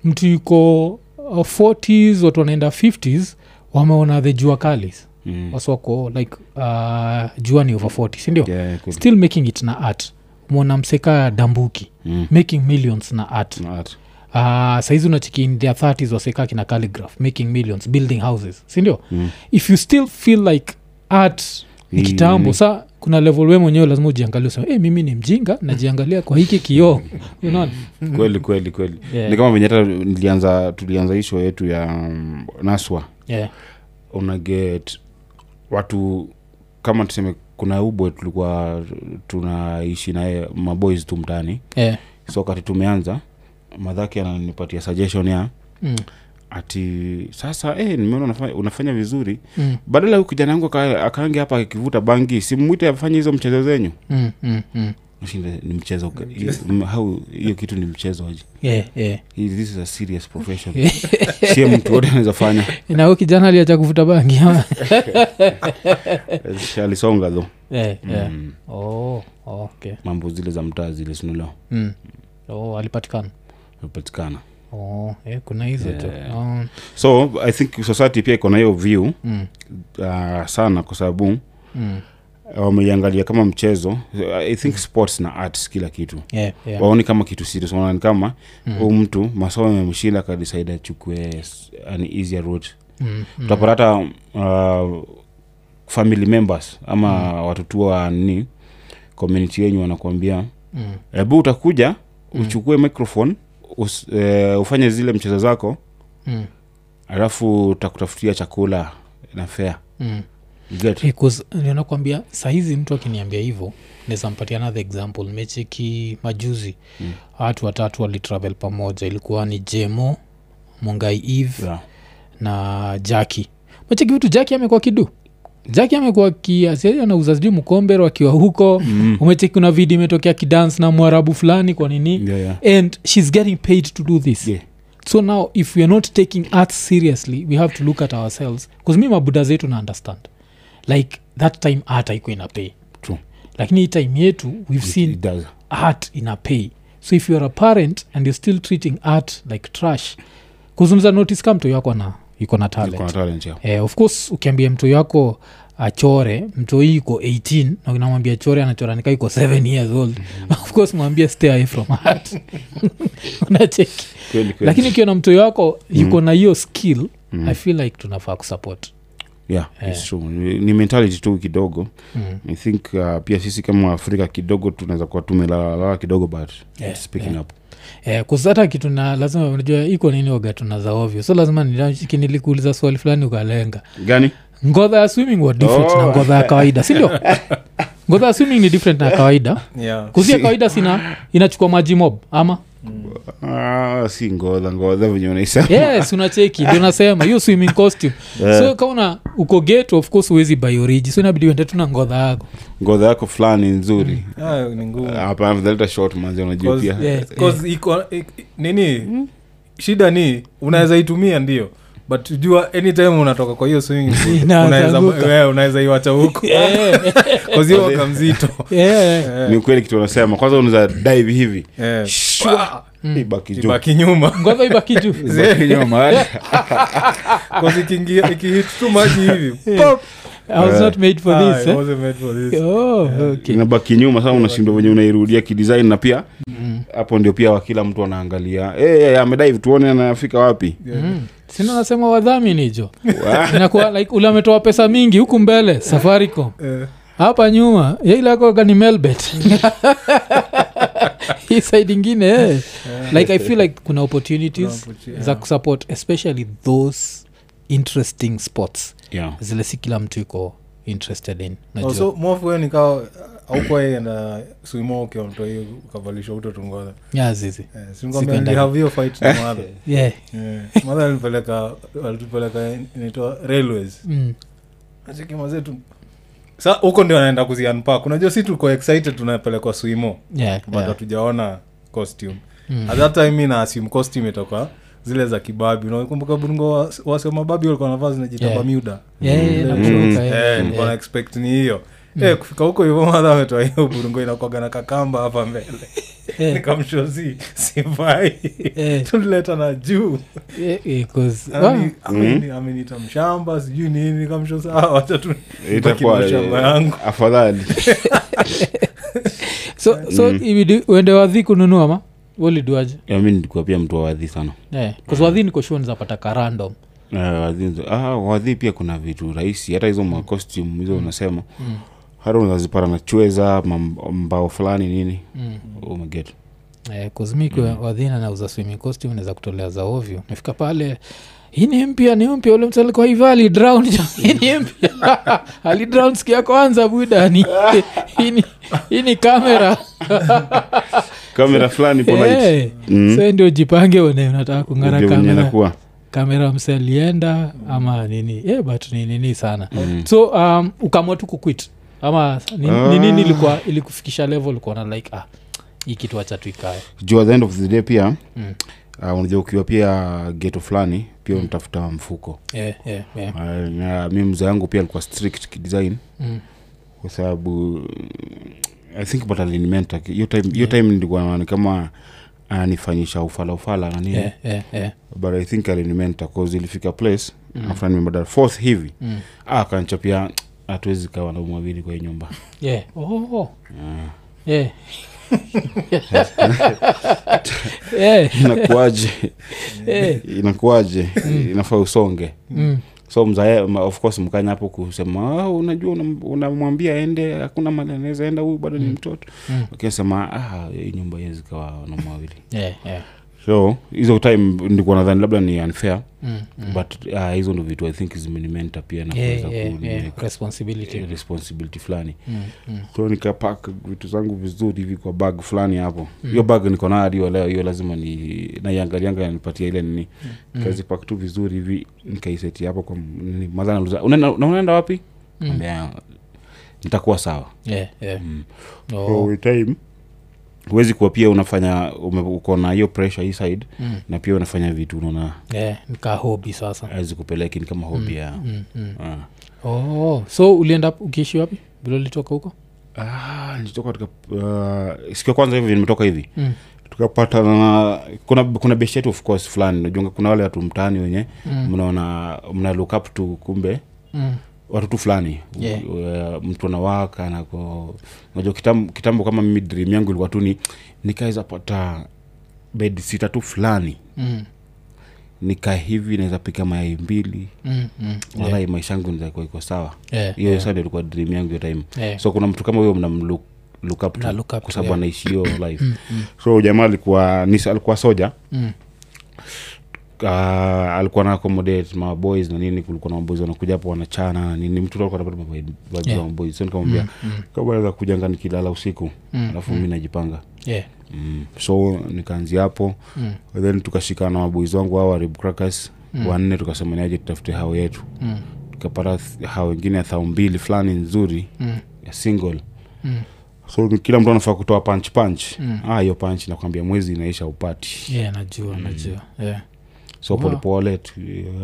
[SPEAKER 1] mtu yuko uh, 40s watu wanaenda 50s wameona the jua kalis
[SPEAKER 3] Mm.
[SPEAKER 1] Oh, waswako like uh, jua ni over 40 sindio
[SPEAKER 3] Yeah, yeah, kweli.
[SPEAKER 1] still making it na art mwona mseka dambuki
[SPEAKER 3] Mm.
[SPEAKER 1] making millions na art
[SPEAKER 3] Na art.
[SPEAKER 1] uh, saizi unachiki in their 30s waseka kina calligraph making millions building houses sindio
[SPEAKER 3] Mm.
[SPEAKER 1] if you still feel like art ni
[SPEAKER 3] Hii-
[SPEAKER 1] kitambo sa kuna level we mwenyewe lazima ujiangalia usema hey, mimi ni mjinga najiangalia kwa hiki kioo unaona
[SPEAKER 3] kweli kweli kweli
[SPEAKER 1] Mm. Yeah.
[SPEAKER 3] ni kama venye hata nilianza tulianza isho yetu ya um, naswa
[SPEAKER 1] yeah.
[SPEAKER 3] una get watu kama tuseme kuna ubwe tulikuwa tunaishi naye maboys tu mtaani
[SPEAKER 1] Yeah.
[SPEAKER 3] so wakati tumeanza madhake ananipatia suggestion ya
[SPEAKER 1] Mm.
[SPEAKER 3] ati sasa eh, nimeona unafanya, unafanya vizuri
[SPEAKER 1] Mm.
[SPEAKER 3] badala ya huyu kijana yangu akaange hapa akivuta bangi simwite afanye hizo mchezo zenyu
[SPEAKER 1] Mm, mm, mm.
[SPEAKER 3] Shinde, ni mchezo ka- how hiyo kitu ni mchezo aje
[SPEAKER 1] Yeah, yeah.
[SPEAKER 3] Hii- this is a serious profession sie mtu wote anaweza fanya
[SPEAKER 1] na huyo kijana aliacha kuvuta bangi ama?
[SPEAKER 3] shalisonga tho
[SPEAKER 1] yeah, yeah.
[SPEAKER 3] mm.
[SPEAKER 1] oh, okay.
[SPEAKER 3] mambo zile za mtaa zile sinoleo
[SPEAKER 1] mm. oh, alipatikana
[SPEAKER 3] patikana
[SPEAKER 1] oh, eh, kuna hizo tu
[SPEAKER 3] Yeah.
[SPEAKER 1] Oh,
[SPEAKER 3] so i think society pia iko na hiyo view
[SPEAKER 1] mm,
[SPEAKER 3] uh, sana kwa sababu
[SPEAKER 1] mm.
[SPEAKER 3] wameiangalia kama mchezo i think sports na arts kila kitu
[SPEAKER 1] Yeah, Mm-hmm. yeah. Mm,
[SPEAKER 3] waoni kama kitu serious wanaona kama huu mtu masomo yamemshinda akadisaidi achukue s- an easier route
[SPEAKER 1] Mm, mm.
[SPEAKER 3] utapata hata uh, family members ama
[SPEAKER 1] Mm-hmm.
[SPEAKER 3] mm. watoto wa ni community yenyu wanakuambia
[SPEAKER 1] Mm.
[SPEAKER 3] hebu utakuja
[SPEAKER 1] Mm-hmm.
[SPEAKER 3] uchukue microphone us, eh, ufanye zile mchezo zako
[SPEAKER 1] Mm.
[SPEAKER 3] alafu utakutafutia chakula na fea
[SPEAKER 1] Mm.
[SPEAKER 3] You get?
[SPEAKER 1] Eh, 'cause ndio nakwambia sahizi mtu akiniambia hivyo nezampatia another example mecheki majuzi
[SPEAKER 3] Mm.
[SPEAKER 1] watu watatu walitravel pamoja ilikuwa ni jemo mongai eve
[SPEAKER 3] Yeah.
[SPEAKER 1] na jaki macheki vitu jaki amekuwa kidu jaki amekuwa kiasia anauza sijui mkombero akiwa huko mm.
[SPEAKER 3] Mm-hmm.
[SPEAKER 1] umecheki kuna video imetokea kidance na mwarabu fulani kwa nini
[SPEAKER 3] Yeah, yeah.
[SPEAKER 1] and shes getting paid to do this
[SPEAKER 3] Yeah.
[SPEAKER 1] so now if weare not taking art seriously we have to look at ourselves bcause mi mabuda zetu na understand like that time art aiko ina pay
[SPEAKER 3] True.
[SPEAKER 1] lakini hii time yetu we've
[SPEAKER 3] It-
[SPEAKER 1] seen
[SPEAKER 3] it does.
[SPEAKER 1] art ina pay so if youare a parent and you're still treating art like trash kuzunza notice ka mtoi wako na iko na
[SPEAKER 3] Iko na
[SPEAKER 1] talent
[SPEAKER 3] talent, yeah.
[SPEAKER 1] eh, of course ukiambia mtoi wako achore mtoi iko 18 na unamwambia chore anachora nika iko 7 years old of course mwambie stay away from art unacheki
[SPEAKER 3] Kweli, kweli.
[SPEAKER 1] lakini ukiona mtoi wako yuko na hiyo skill
[SPEAKER 3] Mm-hmm.
[SPEAKER 1] i feel like tunafaa kusupport
[SPEAKER 3] Yeah, it's true. Ni- ni mentality tu kidogo
[SPEAKER 1] Mm.
[SPEAKER 3] i think uh, pia sisi kama afrika kidogo tunaweza kuwa tumelalalala kidogo but
[SPEAKER 1] Yeah,
[SPEAKER 3] speaking up
[SPEAKER 1] eh, kusata kitu na lazima unajua iko nini ogatuna za ovyo so lazima nilaki- nilikuuliza swali fulani ukalenga
[SPEAKER 3] gani
[SPEAKER 1] ngodha ya swimming wa different na
[SPEAKER 3] Oh.
[SPEAKER 1] ngodha ya kawaida sindio ngodha ya swimming ni different na ya kawaida
[SPEAKER 2] yeah.
[SPEAKER 1] kuzia kawaida sina inachukua maji mob ama
[SPEAKER 3] Ah, si ngodha ngodha venye unaisa
[SPEAKER 1] yes unacheki ndio nasema hiyo swimming costume so kauna uko geto of course huwezi bioriji so inabidi uende tu na ngodha yako
[SPEAKER 3] ngodha yako fulani nzuri
[SPEAKER 2] Ah, ni ngumu
[SPEAKER 3] hapa afadhalita short manzi unajua
[SPEAKER 2] Cause-
[SPEAKER 3] pia
[SPEAKER 1] yeah. Hmm?
[SPEAKER 2] Cause iko- i- i- nini shida ni unaweza itumia ndio but jua anytime unatoka kwa hiyo swing
[SPEAKER 1] Inaanza
[SPEAKER 2] unaweza-
[SPEAKER 1] anguka.
[SPEAKER 2] wewe unaweza iwacha huko
[SPEAKER 1] Eh,
[SPEAKER 2] Cause hiyo waka mzito
[SPEAKER 1] eh,
[SPEAKER 2] Eh,
[SPEAKER 3] ni ukweli kitu wanasema kwanza unaweza dive hivi
[SPEAKER 2] eh,
[SPEAKER 3] Shwa! ibaki juu
[SPEAKER 2] ibaki nyuma
[SPEAKER 1] ngodha ibaki juu
[SPEAKER 3] Ibaki nyuma mahali.
[SPEAKER 2] Cause ikiingia- ikihit tu maji hivi pop,
[SPEAKER 1] i was not made for
[SPEAKER 2] ah,
[SPEAKER 1] this
[SPEAKER 2] it
[SPEAKER 1] eh?
[SPEAKER 2] wasn't meant for this.
[SPEAKER 1] Oh, okay.
[SPEAKER 3] inabaki nyuma sasa unashindwa venye unairudia kidesign na pia hapo ndio pia wakila mtu anaangalia "Eh, eh, amedive tuone anafika wapi
[SPEAKER 1] Mm. sina nasema wadhamini jo inakuwa like ule ametoa pesa mingi huku mbele safaricom
[SPEAKER 2] Eh,
[SPEAKER 1] hapa nyuma yailakoga ni melbet hii side ingine eh. like i feel like kuna opportunities
[SPEAKER 2] Kuna opportu-
[SPEAKER 1] za
[SPEAKER 2] yeah.
[SPEAKER 1] kusupport especially those interesting sports
[SPEAKER 3] yeah
[SPEAKER 1] zile si kila mtu iko interested in
[SPEAKER 2] Oh,
[SPEAKER 1] najua
[SPEAKER 2] so mwafu huyo nikawa aukwaenda suimo ukiwa mtu hiyo ukavalisha uto tungoza
[SPEAKER 1] yeah, zizi
[SPEAKER 2] Eh, si
[SPEAKER 1] Sikuenda.
[SPEAKER 2] nikwambia nilihave hiyo fight na mother
[SPEAKER 1] yeah.
[SPEAKER 2] Eh, mother alipeleka alitupeleka inaitwa railways
[SPEAKER 1] mm.
[SPEAKER 2] achekima zetu sa huko ndio anaenda kuzianpak unajua si tuko excited tunapelekwa suimo
[SPEAKER 1] yeah,
[SPEAKER 2] but
[SPEAKER 1] yeah.
[SPEAKER 2] hatujaona costume
[SPEAKER 1] Mm.
[SPEAKER 2] at that time mi na assume costume itoka zile za kibabi unakumbuka bungo wa- wasema babi walikuwa navaa zinajitamba
[SPEAKER 1] Yeah.
[SPEAKER 2] miuda
[SPEAKER 1] Yeah, yeah,
[SPEAKER 2] Mm.
[SPEAKER 1] nakumbuka,
[SPEAKER 2] Eh,
[SPEAKER 1] yeah, yeah.
[SPEAKER 2] nilikuwa na expect ni hiyo
[SPEAKER 1] Mm.
[SPEAKER 2] Eh, kufika huko hivyo madha ametoa hiyo burungo inakwaga na kakamba hapa mbele
[SPEAKER 1] Eh.
[SPEAKER 2] nikamshozi sivai
[SPEAKER 1] Eh.
[SPEAKER 2] tulileta na juu
[SPEAKER 1] Eh, eh, 'cause-
[SPEAKER 2] Ameni-
[SPEAKER 1] ah,
[SPEAKER 2] ameni- ameniita mshamba sijui nini nikamshozi "Ah, wacha tu baki
[SPEAKER 3] itakuwa
[SPEAKER 2] na shamba yangu
[SPEAKER 3] eh, afadhali
[SPEAKER 1] ah, so, so ibidi uende wadhi kununua ma woliduaje
[SPEAKER 3] Yeah, mi nilikuwa pia mtu wa wadhi sana
[SPEAKER 1] yeah. mm. wadhi niko sure nizapata ka random
[SPEAKER 3] Eh, wadhi nzo- ah, wadhi pia kuna vitu rahisi hata hizo macostume hizo unasema hata unazipata na chweza mam- mbao fulani nini Oh
[SPEAKER 1] mm.
[SPEAKER 3] umeget
[SPEAKER 1] eh, kuzmiku mm. wadhina nauza swimming costume naweza kutolea za ovyo nafika pale hii ni mpya ni mpya ule mtu alikuwa hivi alidrown hii ni mpya alidrown sikia kwanza budani hii ni kamera
[SPEAKER 3] kamera fulani ipo light.
[SPEAKER 1] Eh,
[SPEAKER 3] Mm.
[SPEAKER 1] so ndio jipange one unataka kung'ara
[SPEAKER 3] Ndio mwenye
[SPEAKER 1] kamera
[SPEAKER 3] anakuwa.
[SPEAKER 1] kamera mse alienda ama nini yeah, but ni nini sana mm. so um, ukamua tu kuquit ama ni
[SPEAKER 3] Ah.
[SPEAKER 1] ni nini ilikuwa ilikufikisha level kuona like ah, hii kitu wacha tuikae
[SPEAKER 3] juu at the end of the day pia
[SPEAKER 1] Mm.
[SPEAKER 3] uh, unajua ukiwa pia geto fulani pia unatafuta mfuko
[SPEAKER 1] yeah, yeah, yeah.
[SPEAKER 3] uh, na mi mzee yangu pia alikuwa strict kidesign
[SPEAKER 1] Mm.
[SPEAKER 3] kwa sababu mm, i think but alinimenta hiyo time, hiyo time nilikuwa ni kama ananifanyisha ufala ufala na nini
[SPEAKER 1] Yeah, yeah, yeah.
[SPEAKER 3] but i think alinimenta cause ilifika place mm. after nimemada fourth hivi
[SPEAKER 1] Mm.
[SPEAKER 3] ah, akanchapia hatuwezi kaa wanaume wawili kwa hii nyumba
[SPEAKER 1] Yeah. Oh. Yeah. Yeah.
[SPEAKER 3] inakuaje
[SPEAKER 1] Yeah.
[SPEAKER 3] inakuaje inafaa usonge
[SPEAKER 1] Mm.
[SPEAKER 3] so mzae ma- of course mkanya hapo kusema "Ah, unajua unam- unamwambia ende hakuna mali anaweza enda huyu bado ni mtoto
[SPEAKER 1] Mm.
[SPEAKER 3] akisema ah, hii nyumba iwezi kawa wanaume wawili
[SPEAKER 1] Yeah, yeah.
[SPEAKER 3] so hizo time ndikuwa nadhani labda ni unfair
[SPEAKER 1] Mm, mm.
[SPEAKER 3] but ah, hizo ndo vitu i think zimenimenta pia na
[SPEAKER 1] Yeah,
[SPEAKER 3] kuweza
[SPEAKER 1] yeah,
[SPEAKER 3] kunimake
[SPEAKER 1] yeah. Responsibility.
[SPEAKER 3] responsibility fulani
[SPEAKER 1] Mm, mm.
[SPEAKER 3] so nikapaka vitu zangu vizuri hivi kwa bag fulani hapo
[SPEAKER 1] Mm.
[SPEAKER 3] hiyo bag niko nayo hadi wa leo hiyo lazima ni naiangalianga nanipatia ile nini
[SPEAKER 1] Mm.
[SPEAKER 3] kazipak tu vizuri hivi nikaiseti hapo kwa m- nini madhana nauliza, unaenda na unaenda
[SPEAKER 1] Mm.
[SPEAKER 3] wapi Ambia, nitakuwa sawa
[SPEAKER 1] Yeah, yeah.
[SPEAKER 3] oh.
[SPEAKER 1] Mm. Oh.
[SPEAKER 3] so, time huwezi kuwa pia unafanya ume- uko na hiyo pressure hii side
[SPEAKER 1] Mm.
[SPEAKER 3] na pia unafanya vitu unaona
[SPEAKER 1] Yeah, nika hobi sasa
[SPEAKER 3] azikupeleki ni kama hobi ya
[SPEAKER 1] mm, mm.
[SPEAKER 3] ah.
[SPEAKER 1] Oh. so ulienda ukiishi wapi bila ulitoka huko
[SPEAKER 3] Ah, nilitoka tuka, uh, siku ya kwanza hivi nimetoka hivi
[SPEAKER 1] mm.
[SPEAKER 3] tukapatana na kuna, kuna beshet of course fulani najua kuna wale watu mtaani wenye
[SPEAKER 1] Mm.
[SPEAKER 3] mnaona mna look up tu kumbe
[SPEAKER 1] Mm.
[SPEAKER 3] watu tu fulani
[SPEAKER 1] Yeah.
[SPEAKER 3] uh, mtu anawaka nako najua kitambo, kitambo kama mimi dream yangu ilikuwa tu ni nikaweza pata bed sita tu fulani
[SPEAKER 1] Mm.
[SPEAKER 3] nika hivi naweza pika mayai mbili
[SPEAKER 1] Mm. Mm.
[SPEAKER 3] walai yeah. maisha yangu nitakuwa iko sawa
[SPEAKER 1] Yeah,
[SPEAKER 3] hiyo
[SPEAKER 1] yeah,
[SPEAKER 3] yeah. sasa ilikuwa dream yangu hiyo time
[SPEAKER 1] yeah.
[SPEAKER 3] so kuna mtu kama huyo mnamlook look up
[SPEAKER 1] Na
[SPEAKER 3] to
[SPEAKER 1] look up
[SPEAKER 3] kwa
[SPEAKER 1] to,
[SPEAKER 3] sababu
[SPEAKER 1] yeah.
[SPEAKER 3] anaishi hiyo life so jamaa alikuwa ni- alikuwa soja
[SPEAKER 1] Mm.
[SPEAKER 3] uh, alikuwa na accommodate ma boys na nini kulikuwa na maboys wanakuja hapo wanachana na nini mtu alikuwa anapata ma vibe- vibes za
[SPEAKER 1] Yeah.
[SPEAKER 3] maboys so nikamwambia kama naweza kuja ngani kilala usiku
[SPEAKER 1] Mm,
[SPEAKER 3] alafu mi najipanga
[SPEAKER 1] Yeah.
[SPEAKER 3] mm. so nikaanzia hapo
[SPEAKER 1] Mm.
[SPEAKER 3] And then tukashikana na maboys wangu hao warib crackers wanne tukasema niaje tutafute hao yetu
[SPEAKER 1] Mm.
[SPEAKER 3] tukapata th- hao wengine ya thao mbili fulani nzuri
[SPEAKER 1] Mm.
[SPEAKER 3] ya single
[SPEAKER 1] Mm.
[SPEAKER 3] so ni- kila mtu anafaa kutoa punch punch
[SPEAKER 1] Mm.
[SPEAKER 3] ah hiyo punch nakwambia mwezi inaisha upati
[SPEAKER 1] yeah, najua
[SPEAKER 3] Mm.
[SPEAKER 1] najua yeah.
[SPEAKER 3] so
[SPEAKER 1] Wow.
[SPEAKER 3] polepole tu-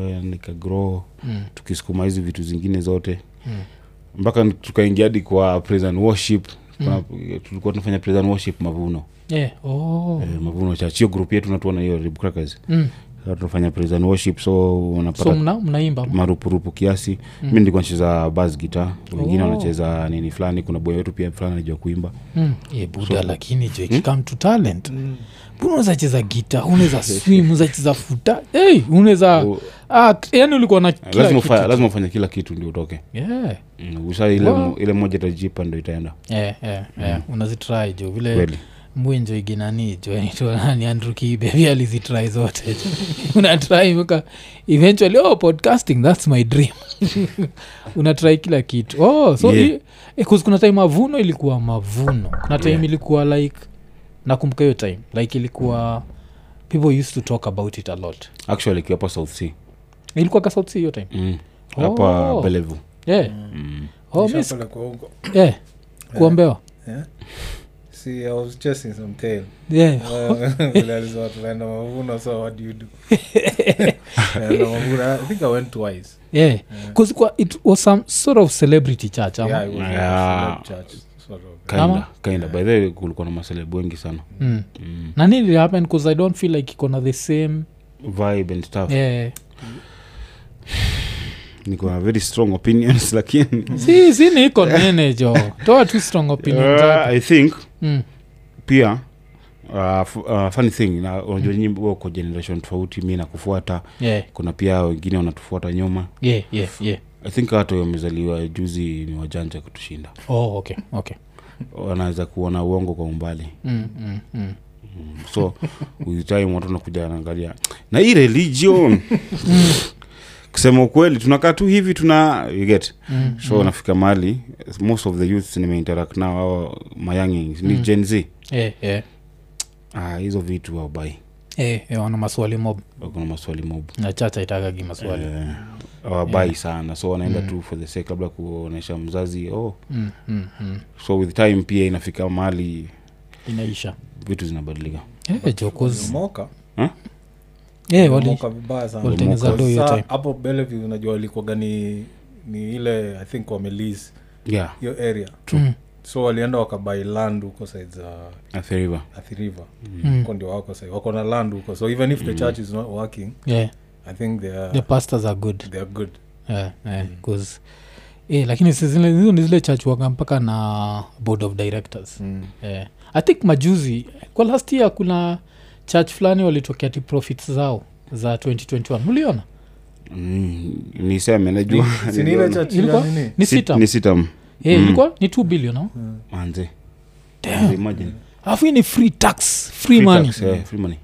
[SPEAKER 3] eh, nikagrow
[SPEAKER 1] mm.
[SPEAKER 3] tukisukuma hizi vitu zingine zote
[SPEAKER 1] Mm.
[SPEAKER 3] mpaka ni- tukaingia hadi kwa praise and worship
[SPEAKER 1] Mm.
[SPEAKER 3] Kuna- tulikuwa tunafanya praise and worship mavuno
[SPEAKER 1] yeah. oh.
[SPEAKER 3] Eh, mavuno church hiyo group yetu natuona hiyo Rib Crackers.
[SPEAKER 1] mm.
[SPEAKER 3] Sasa tunafanya praise and worship so
[SPEAKER 1] so
[SPEAKER 3] unapata
[SPEAKER 1] mna, mnaimba
[SPEAKER 3] marupurupu kiasi mi nilikuwa nacheza bas guitar wengine
[SPEAKER 1] Oh.
[SPEAKER 3] wanacheza nini fulani kuna boy wetu pia fulani anajua kuimba
[SPEAKER 1] mm.
[SPEAKER 3] Eh,
[SPEAKER 1] yeah, buda lakini jo
[SPEAKER 3] Hmm?
[SPEAKER 1] ikikam to talent mm. unaweza cheza gita unaweza swim unaweza cheza futa hey, unaweza
[SPEAKER 3] Oh,
[SPEAKER 1] ah, t- yani ulikuwa na kila
[SPEAKER 3] lazima
[SPEAKER 1] kitu.
[SPEAKER 3] ufa- lazima ufanye kila kitu ndio utoke
[SPEAKER 1] Yeah.
[SPEAKER 3] mm. usha ile,
[SPEAKER 1] Wow.
[SPEAKER 3] mo- ile moja tajipa ndo itaenda
[SPEAKER 1] Yeah, yeah, yeah.
[SPEAKER 3] Hmm.
[SPEAKER 1] unazitry jo vile
[SPEAKER 3] Kweli.
[SPEAKER 1] mwinjo iginani jo nani andrew kibe pia alizitry zote unatry mpaka eventually oh podcasting thats my dream unatry kila kitu oh so
[SPEAKER 3] Yeah.
[SPEAKER 1] yeah. eh, 'cause kuna time mavuno ilikuwa mavuno kuna time
[SPEAKER 3] Yeah.
[SPEAKER 1] ilikuwa like nakumbuka hiyo time like ilikuwa people used to talk about it a lot
[SPEAKER 3] actually kiwapa south sea
[SPEAKER 1] ilikuwa kasauti hiyo time
[SPEAKER 3] mm.
[SPEAKER 1] Oh.
[SPEAKER 3] hapa oh. belevu
[SPEAKER 1] yeah.
[SPEAKER 3] mm.
[SPEAKER 1] oh, miss,
[SPEAKER 2] Nishapelekwa huko
[SPEAKER 1] yeah. kuombewa
[SPEAKER 2] Yeah. See, I was chasing some tail. Eh,
[SPEAKER 1] yeah.
[SPEAKER 2] Vile alisema tunaenda mavuno, so what do you do? Tunaenda mavuno. I think I went twice.
[SPEAKER 1] yeah. Cause kwa, it was some sort of celebrity church ama?
[SPEAKER 2] Yeah, it was a celeb
[SPEAKER 3] Yeah.
[SPEAKER 2] church, sort of.
[SPEAKER 1] Kama?
[SPEAKER 3] kainda kainda by the way kulikuwa na maselebu wengi sana
[SPEAKER 1] mm.
[SPEAKER 3] mm.
[SPEAKER 1] na nini will happen cause i don't feel like ikona the same
[SPEAKER 3] vibe and stuff
[SPEAKER 1] yeah.
[SPEAKER 3] niko na very strong opinions lakini
[SPEAKER 1] si si ni iko nene jo toa tu strong opinion
[SPEAKER 3] uh,
[SPEAKER 1] zako
[SPEAKER 3] i think
[SPEAKER 1] mm.
[SPEAKER 3] pia uh, f- uh, funny thing na unajua nyinyi wako generation tofauti mi nakufuata
[SPEAKER 1] yeah.
[SPEAKER 3] kuna pia wengine wanatufuata nyuma
[SPEAKER 1] yeah, yeah, yeah.
[SPEAKER 3] i think hata wamezaliwa juzi ni wajanja kutushinda
[SPEAKER 1] oh okay okay
[SPEAKER 3] wanaweza kuona uongo kwa umbali
[SPEAKER 1] mm, mm, mm.
[SPEAKER 3] Mm, so with time watu nakuja wanaangalia na hii religion kusema ukweli tunakaa tu hivi tuna you get
[SPEAKER 1] Mm,
[SPEAKER 3] so nafika mahali most of the youth nimeinteract nao au mayangings ni
[SPEAKER 1] Mm.
[SPEAKER 3] gen z
[SPEAKER 1] yeah, yeah.
[SPEAKER 3] ah, hizo vitu aubai
[SPEAKER 1] Eh, eh, wana maswali mob
[SPEAKER 3] wakona maswali mob
[SPEAKER 1] na chacha itagagi maswali yeah.
[SPEAKER 3] Eh, hawabai
[SPEAKER 1] Yeah.
[SPEAKER 3] sana so wanaenda
[SPEAKER 1] Mm.
[SPEAKER 3] tu for the sake labda kuonesha mzazi oh
[SPEAKER 1] mm, mm, mm.
[SPEAKER 3] so with time pia inafika mahali
[SPEAKER 1] inaisha
[SPEAKER 3] vitu zinabadilika
[SPEAKER 1] eh, jo cause
[SPEAKER 2] Moka.
[SPEAKER 1] yeah, Eh, wali
[SPEAKER 2] Moka vibaya sana.
[SPEAKER 1] walitengeneza
[SPEAKER 3] Moka.
[SPEAKER 1] do hiyo
[SPEAKER 2] Sa-
[SPEAKER 1] time
[SPEAKER 2] hapo Bellevue unajua walikuwaga ni ni ile i think wamelis
[SPEAKER 3] yeah
[SPEAKER 2] hiyo area
[SPEAKER 1] mm.
[SPEAKER 2] so walienda wakabai land huko side za
[SPEAKER 3] athiriva
[SPEAKER 2] athiriva
[SPEAKER 1] Mm.
[SPEAKER 2] huko ndio wako sahii wako na land huko so even if the church is not working
[SPEAKER 1] yeah.
[SPEAKER 2] i think they are,
[SPEAKER 1] the pastors are good
[SPEAKER 2] they are good
[SPEAKER 1] yeah, yeah,
[SPEAKER 3] Mm.
[SPEAKER 1] 'cause, eh, lakini si zile- hizo ni zile chachuaga mpaka na board of directors
[SPEAKER 2] Mm.
[SPEAKER 1] yeah. Eh, i think majuzi kwa last year kuna church fulani walitokea ti profits zao za 2021 mliona
[SPEAKER 3] Mm, niseme najua
[SPEAKER 2] Si ni ile church ya
[SPEAKER 1] Ilikuwa?
[SPEAKER 2] nini?
[SPEAKER 1] ni
[SPEAKER 3] Sit-
[SPEAKER 1] sita
[SPEAKER 3] ni sitam
[SPEAKER 1] Eh,
[SPEAKER 3] Mm.
[SPEAKER 1] ilikuwa ni 2 billion au?
[SPEAKER 3] manze
[SPEAKER 1] Damn.
[SPEAKER 3] Imagine.
[SPEAKER 1] alafu hii ni free tax free,
[SPEAKER 3] Free
[SPEAKER 1] money
[SPEAKER 3] tax, eh, free money.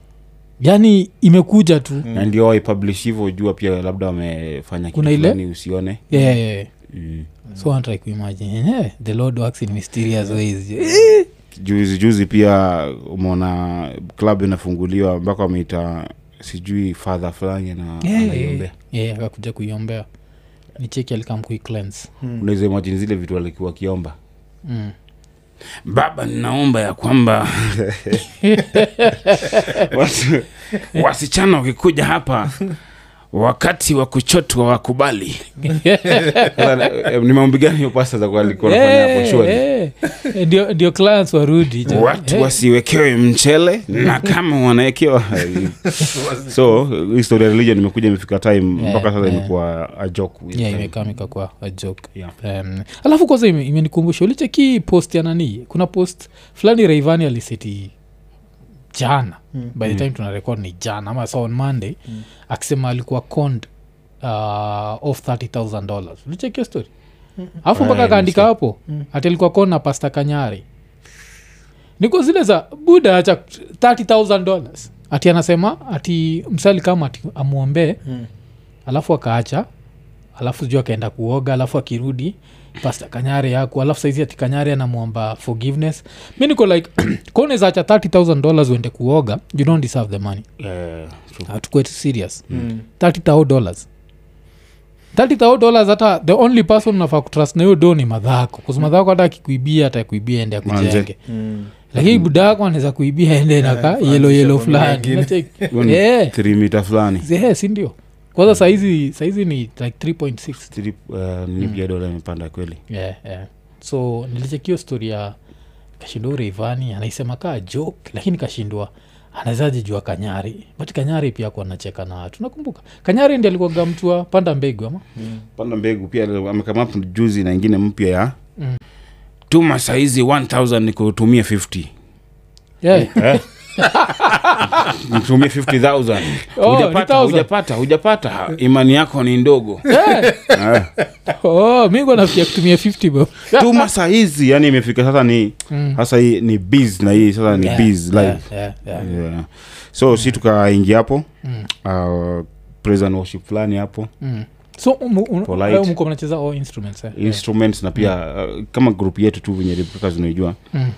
[SPEAKER 1] yani imekuja tu
[SPEAKER 2] Mm.
[SPEAKER 3] na ndio waipublish hivyo jua pia labda wamefanya kitu
[SPEAKER 1] Kuna ile?
[SPEAKER 3] fulani usione
[SPEAKER 1] yeah, yeah, yeah.
[SPEAKER 3] mm.
[SPEAKER 1] so antry kuimagine yeah, eh, the lord works in mysterious ways Eh,
[SPEAKER 3] juzi juzi pia umeona club inafunguliwa mpaka wameita sijui fadha fulani na
[SPEAKER 1] Yeah,
[SPEAKER 3] anaiombea
[SPEAKER 1] yeah, eh, akakuja kuiombea ni cheki alikam kuiclens
[SPEAKER 3] unaweza imagine zile vitu alikuwa akiomba
[SPEAKER 1] mm.
[SPEAKER 3] baba ninaomba ya kwamba watu, wasichana wakikuja hapa wakati wa kuchotwa wakubali Sasa, eh, ni maombi gani hiyo pasta za kwa- alikuwa anafanya hapo
[SPEAKER 1] Eh,
[SPEAKER 3] surely?
[SPEAKER 1] eh. Eh, ndio ndio clients warudi jamani.
[SPEAKER 3] watu
[SPEAKER 1] Eh,
[SPEAKER 3] wasiwekewe mchele na kama wanawekewa so history ya religion imekuja imefika time
[SPEAKER 1] Yeah,
[SPEAKER 3] mpaka sasa
[SPEAKER 1] yeah.
[SPEAKER 3] imekuwa a joke with
[SPEAKER 1] yeah,
[SPEAKER 3] time.
[SPEAKER 1] imekamika kwa a joke
[SPEAKER 3] Mm. Yeah.
[SPEAKER 1] um, alafu kwanza ime- imenikumbusha ulicheki post ya nani kuna post fulani raivani aliseti jana
[SPEAKER 2] Mm.
[SPEAKER 1] by the
[SPEAKER 3] Mm.
[SPEAKER 1] time tuna record ni jana ama so on monday
[SPEAKER 2] Mm.
[SPEAKER 1] akisema alikuwa conned uh, off 30000 dollars ulicheki hiyo story alafu mpaka
[SPEAKER 3] Ah,
[SPEAKER 1] akaandika
[SPEAKER 3] nimesikia.
[SPEAKER 1] hapo ati alikuwa conned na pasta kanyari niko zile za buda acha 30000 dollars ati anasema ati msali kama ati amwombee
[SPEAKER 2] Mm.
[SPEAKER 1] alafu akaacha alafu sijuu akaenda kuoga alafu akirudi pasta kanyare yako alafu saizi ati kanyare anamwomba forgiveness mi niko like konezacha 30000 dollars uende kuoga you don't deserve the money
[SPEAKER 3] Eh, true.
[SPEAKER 1] tukue serious 30000 dollars 30000 dollars hata the only person unafaa kutrust na hiyo do ni madhako kuzi madhako hata akikuibia atakuibia ende akujenge
[SPEAKER 3] Manze.
[SPEAKER 2] Mm.
[SPEAKER 1] lakini buda yako anaweza kuibia ende nakaa yelo yelo
[SPEAKER 2] kwa
[SPEAKER 1] fulani
[SPEAKER 2] mwingine.
[SPEAKER 1] Unacheki?
[SPEAKER 3] Hiyo ni
[SPEAKER 1] Yeah.
[SPEAKER 3] three meter fulani
[SPEAKER 1] Zehe, si ndio kwanza saizi saizi ni like 3.6
[SPEAKER 3] Three, eh, ni
[SPEAKER 1] Mm.
[SPEAKER 3] pia dola imepanda kweli
[SPEAKER 1] yeah, yeah. so nilichekio stori ya kashindwa urevani anaisema kaa joke lakini kashindwa anawezaji jua kanyari but kanyari pia kuwa anacheka na watu nakumbuka kanyari ndi alikuwaga mtu wa panda mbegu ama
[SPEAKER 3] panda mbegu pia amekamap juzi na ingine mpya ya
[SPEAKER 1] Mm.
[SPEAKER 3] tuma saizi 1000 nikutumie 50
[SPEAKER 1] yeah.
[SPEAKER 3] Eh? nitumie 50000
[SPEAKER 1] Oh,
[SPEAKER 3] hujapata
[SPEAKER 1] 1,000.
[SPEAKER 3] hujapata hujapata imani yako ni ndogo Eh.
[SPEAKER 1] oh, mi ngwa nafikia kutumia 50 bob
[SPEAKER 3] tuma saa hizi yani imefika sasa ni sasa hii ni biz na hii sasa ni
[SPEAKER 1] Mm. Yeah,
[SPEAKER 3] biz live
[SPEAKER 1] yeah, yeah, yeah.
[SPEAKER 3] Yeah. so si tukaingia hapo uh, praise and worship fulani hapo
[SPEAKER 1] Mm. so umu- un-
[SPEAKER 3] Polite.
[SPEAKER 1] wewe mko mnacheza all instruments eh?
[SPEAKER 3] instruments na pia uh, kama group yetu tu venye reporters unaijua
[SPEAKER 1] Mm.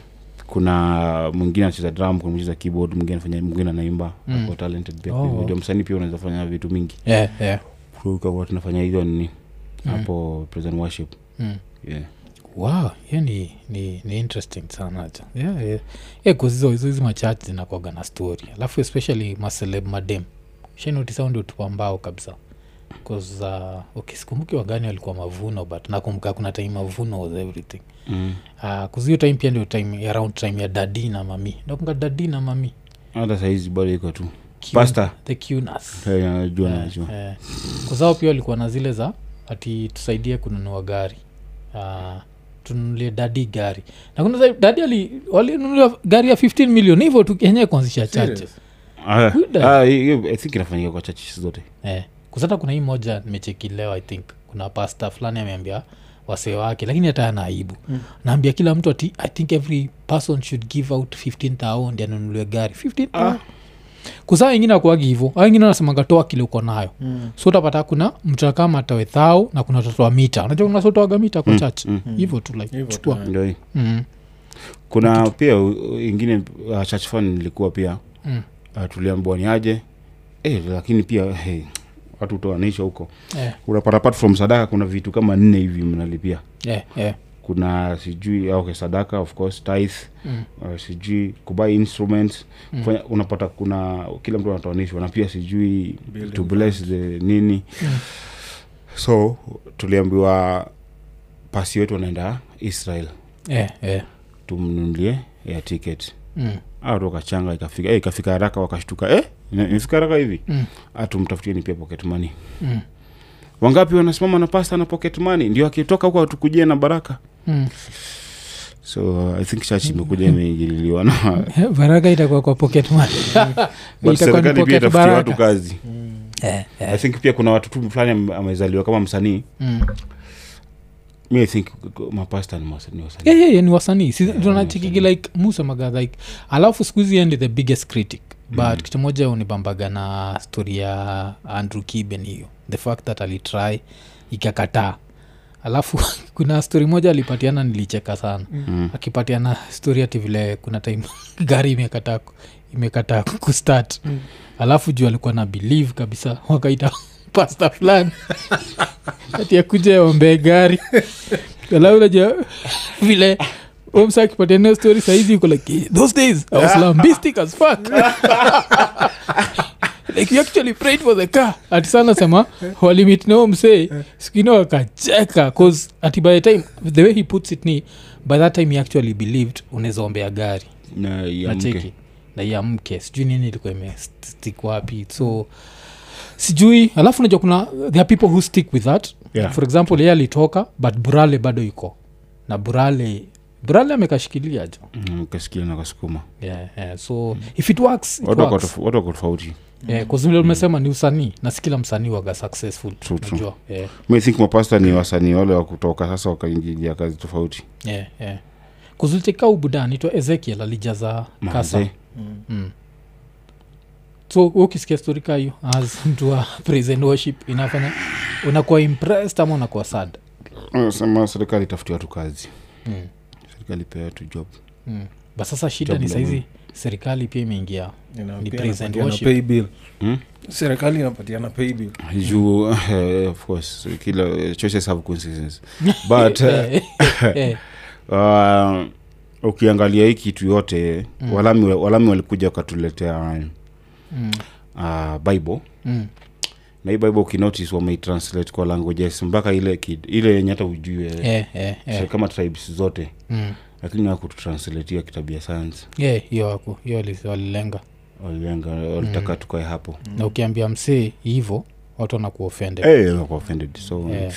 [SPEAKER 3] kuna mwingine anacheza drum kuna mwingine anacheza keyboard mwingine anafanya mwingine anaimba
[SPEAKER 1] Mm.
[SPEAKER 3] ako talented pia
[SPEAKER 1] Oh.
[SPEAKER 3] oh. video msanii pia unaweza fanya vitu mingi
[SPEAKER 1] Yeah, yeah.
[SPEAKER 3] kwa tunafanya hizo nini
[SPEAKER 1] Mm.
[SPEAKER 3] hapo praise and worship
[SPEAKER 1] Mm.
[SPEAKER 3] yeah.
[SPEAKER 1] wow hiyo ni, ni, ni interesting sana acha yeah, yeah. yeah, 'cause hizo hizo hizi machachi zinakwaga na story alafu especially maseleb madem shenotisa ndio tupambao kabisa bcause uh, okay, sikumbuki wagani walikuwa mavuno but nakumbuka kuna time mavuno was everything
[SPEAKER 3] mm.
[SPEAKER 1] uh, kuzio time pia ndio time around time ya dadi na mami nakumbuka dadi na mami
[SPEAKER 3] hata sahizi bado iko tu
[SPEAKER 1] Q-
[SPEAKER 3] pasta
[SPEAKER 1] the Qnas.
[SPEAKER 3] Eh, najua
[SPEAKER 1] Eh,
[SPEAKER 3] najua
[SPEAKER 1] eh. kwa sababu pia walikuwa na zile za ati tusaidie kununua gari uh, tununulie dadi gari na kuna sa- dadi ali- walinunulia gari ya 15 million hivyo tukenyewe kuanzisha chache
[SPEAKER 2] Serious?
[SPEAKER 3] Ah,
[SPEAKER 1] Good.
[SPEAKER 3] ah, hiyo- i think inafanyika kwa chachi zote
[SPEAKER 1] eh. kusata kuna hii moja nimechekileo i think kuna pasta fulani ameambia wasee wake lakini hata ana aibu mm. naambia kila mtu ati i think every person should give out 15000 anunuliwe gari
[SPEAKER 2] Ah.
[SPEAKER 1] 15000 kusaa wengine akuagi hivo a wengine wanasemanga toa kile uko nayo
[SPEAKER 2] Mm.
[SPEAKER 1] so utapata kuna mtaka matawe thao na kuna totoa mita unajua kuna sotoaga mita kwa church hivo tu like
[SPEAKER 2] Mm. Hivyo tu,
[SPEAKER 1] chukua
[SPEAKER 2] eh.
[SPEAKER 3] ndio hii.
[SPEAKER 1] Mm.
[SPEAKER 3] kuna pia u- ingine uh, church fan nilikuwa pia
[SPEAKER 1] Mm.
[SPEAKER 3] uh, tuliambiwa ni aje eh, lakini pia hey, watu toanisha huko
[SPEAKER 1] Eh,
[SPEAKER 3] unapata apart from sadaka kuna vitu kama nne hivi mnalipia
[SPEAKER 1] eh, eh.
[SPEAKER 3] kuna sijui ah, okay, sadaka of course tithe
[SPEAKER 1] Mm.
[SPEAKER 3] uh, sijui kubai instruments
[SPEAKER 1] Mm.
[SPEAKER 3] kufanya, unapata kuna kila mtu anatoanishwa na pia sijui
[SPEAKER 2] Building
[SPEAKER 3] to bless the nini
[SPEAKER 1] Mm.
[SPEAKER 3] so tuliambiwa pasi wetu anaenda israel
[SPEAKER 1] Eh, eh.
[SPEAKER 3] tumnunulie ya ticket
[SPEAKER 1] Mm.
[SPEAKER 3] atu wakachanga ikafika eh, ikafika haraka wakashtuka eh, ina- imefika haraka hivi
[SPEAKER 1] Mm.
[SPEAKER 3] atumtafutieni pia pocket money
[SPEAKER 1] Mm.
[SPEAKER 3] wangapi wanasimama na pasta na pocket money ndio akitoka huko atukujie na baraka
[SPEAKER 1] Mm.
[SPEAKER 3] so uh, i think church imekuja
[SPEAKER 1] Mm-hmm.
[SPEAKER 3] imeingililiwa na
[SPEAKER 1] Eh, baraka itakuwa kwa pocket money. Itakuwa Mm-hmm.
[SPEAKER 3] but
[SPEAKER 1] ni
[SPEAKER 3] serikali pia
[SPEAKER 1] pocket
[SPEAKER 3] itafutia
[SPEAKER 1] baraka.
[SPEAKER 3] watu kazi
[SPEAKER 2] Mm.
[SPEAKER 1] Eh, eh.
[SPEAKER 3] i think pia kuna watu tu fulani ame- amezaliwa kama msanii
[SPEAKER 1] Mm.
[SPEAKER 3] mi i think mapasta ni wasa- ni wasanii
[SPEAKER 1] Yeah, yeah, yeah, Eh, ni wasanii Si-
[SPEAKER 3] Eh, mm.
[SPEAKER 1] tunachikigi
[SPEAKER 3] wasanii.
[SPEAKER 1] like musemaga like alafu siku hizi yeye ndi the biggest critic but
[SPEAKER 3] Mm.
[SPEAKER 1] kitu moja unibambaga na stori ya andrew kiben hiyo the fact that alitry ikakataa alafu kuna stori moja alipatiana nilicheka sana
[SPEAKER 3] Mm.
[SPEAKER 1] akipatiana stori hati vile kuna time gari imekataa ku- imekataa kustart alafu juu alikuwa na believe kabisa wakaita pasta fulani ati akuja aombee gari alafu naja vile omsa akipatia nayo story saizi uko like "Eh, those days i was lambistic as fuck like you actually prayed for the car ati sana sema walimit nao msee sikine wakacheka cause ati by the time the way he puts it ni by that time he actually believed unaweza ombea gari
[SPEAKER 3] na ya mke
[SPEAKER 1] nacheki na ya mke sijui nini ilikuwa imestik wapi so sijui alafu najua kuna there are people who stick with that
[SPEAKER 3] Yeah.
[SPEAKER 1] for example yeye alitoka but burale bado iko na burale burale amekashikilia jo
[SPEAKER 3] Mm, kasikia na kasukuma
[SPEAKER 1] yeah, yeah. so if it works, it
[SPEAKER 3] watu wako
[SPEAKER 1] works.
[SPEAKER 3] tof- watu wako tofauti
[SPEAKER 1] Yeah, Eh, 'cause vile umesema ni usanii na si kila msanii waga successful
[SPEAKER 3] Mm. True, true.
[SPEAKER 1] unajua. Eh, yeah.
[SPEAKER 3] mi think mapasta ni wasanii wale wa kutoka sasa wakaingilia kazi tofauti
[SPEAKER 1] yeah, yeah. kuzulitika ubuda anaitwa ezekiel alijaza kasa
[SPEAKER 3] Maze.
[SPEAKER 1] mm. so wewe ukisikia stori ka hiyo as mtu wa praise and worship inafanya unakuwa impressed ama unakuwa sad
[SPEAKER 3] Wanasema serikali tafuti watu kazi
[SPEAKER 1] mm.
[SPEAKER 3] serikali pea watu job
[SPEAKER 1] mm. but sasa shida
[SPEAKER 3] Jambo
[SPEAKER 1] ni
[SPEAKER 3] la
[SPEAKER 1] saizi serikali pia imeingia
[SPEAKER 2] Ina-
[SPEAKER 1] Ni
[SPEAKER 2] pia
[SPEAKER 1] praise and
[SPEAKER 2] inapatiana
[SPEAKER 1] worship.
[SPEAKER 2] pay bill.
[SPEAKER 3] Hmm?
[SPEAKER 2] serikali inapatiana pay bill
[SPEAKER 3] juu eh, of course kila eh, choices have consequences but eh,
[SPEAKER 1] Eh, eh,
[SPEAKER 3] uh, ukiangalia hii kitu yote
[SPEAKER 1] Mm.
[SPEAKER 3] walami, walami walikuja wakatuletea
[SPEAKER 1] mm,
[SPEAKER 3] uh, bible
[SPEAKER 1] mm,
[SPEAKER 3] na hii bible ukinotice wameitranslate kwa languages mpaka ile kid, ile yenye hata ujue
[SPEAKER 1] eh, eh, eh,
[SPEAKER 3] kama tribes zote
[SPEAKER 1] mm.
[SPEAKER 3] lakini wakututranslatea kitabia science
[SPEAKER 1] Yeah, hiyo wako hiyo wali- walilenga
[SPEAKER 3] walilenga walitaka
[SPEAKER 1] Mm.
[SPEAKER 3] tukae hapo
[SPEAKER 1] na ukiambia msee hivo watu wanakuwa offended
[SPEAKER 3] Mm. Eh, wako offended so
[SPEAKER 1] Eh, eh.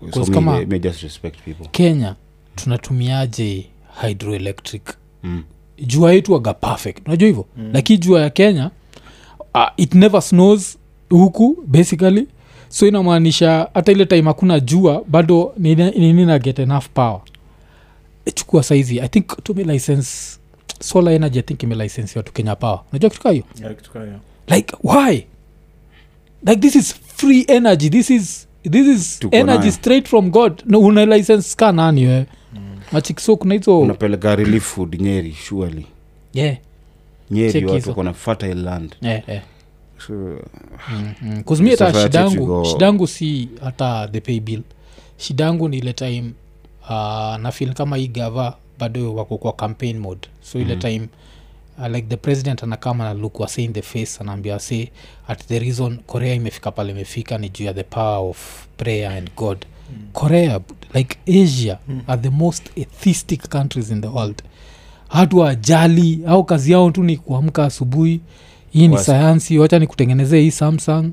[SPEAKER 3] so
[SPEAKER 1] Cause
[SPEAKER 3] me,
[SPEAKER 1] kama
[SPEAKER 3] they- me just respect people
[SPEAKER 1] kenya tunatumiaje hydroelectric
[SPEAKER 3] mm.
[SPEAKER 1] jua yetu aga perfect unajua hivyo mm. lakini jua ya kenya uh, it never snows huku basically so inamaanisha hata ile time hakuna jua bado nini nini na get enough power Eh, chukua saizi i think tume license solar energy i think imelicensiwa tu kenya power unajua kitu kaa hiyo
[SPEAKER 2] Yeah, kitu kama hiyo.
[SPEAKER 1] like why like this is free energy this is this is
[SPEAKER 3] Tuko
[SPEAKER 1] energy
[SPEAKER 3] nayo.
[SPEAKER 1] straight from god no, una license ka nani eh? we machikiso kuna hizo
[SPEAKER 3] unapeleka relief food nyeri surely
[SPEAKER 1] yeah,
[SPEAKER 3] nyeri
[SPEAKER 1] Check
[SPEAKER 3] watu
[SPEAKER 1] hizo.
[SPEAKER 3] wako na fertile land
[SPEAKER 1] yeah, yeah.
[SPEAKER 3] so,
[SPEAKER 1] Mm, 'cause mi hata
[SPEAKER 3] Safari
[SPEAKER 1] shida
[SPEAKER 3] to go.
[SPEAKER 1] yangu shida yangu si hata the pay bill shida yangu ni ile time uh, na feel kama hii gava bado wako kwa campaign mode so ile mm-hmm. time uh, like the president anakama na look wase in the face anaambia wase at the reason korea imefika pale imefika ni juu ya the power of prayer and god mm. korea like asia mm. are the most atheistic countries in the world hatu ajali au kazi yao tu ni kuamka asubuhi hii ni
[SPEAKER 3] Was-
[SPEAKER 1] sayansi wacha ni kutengenezee hii samsung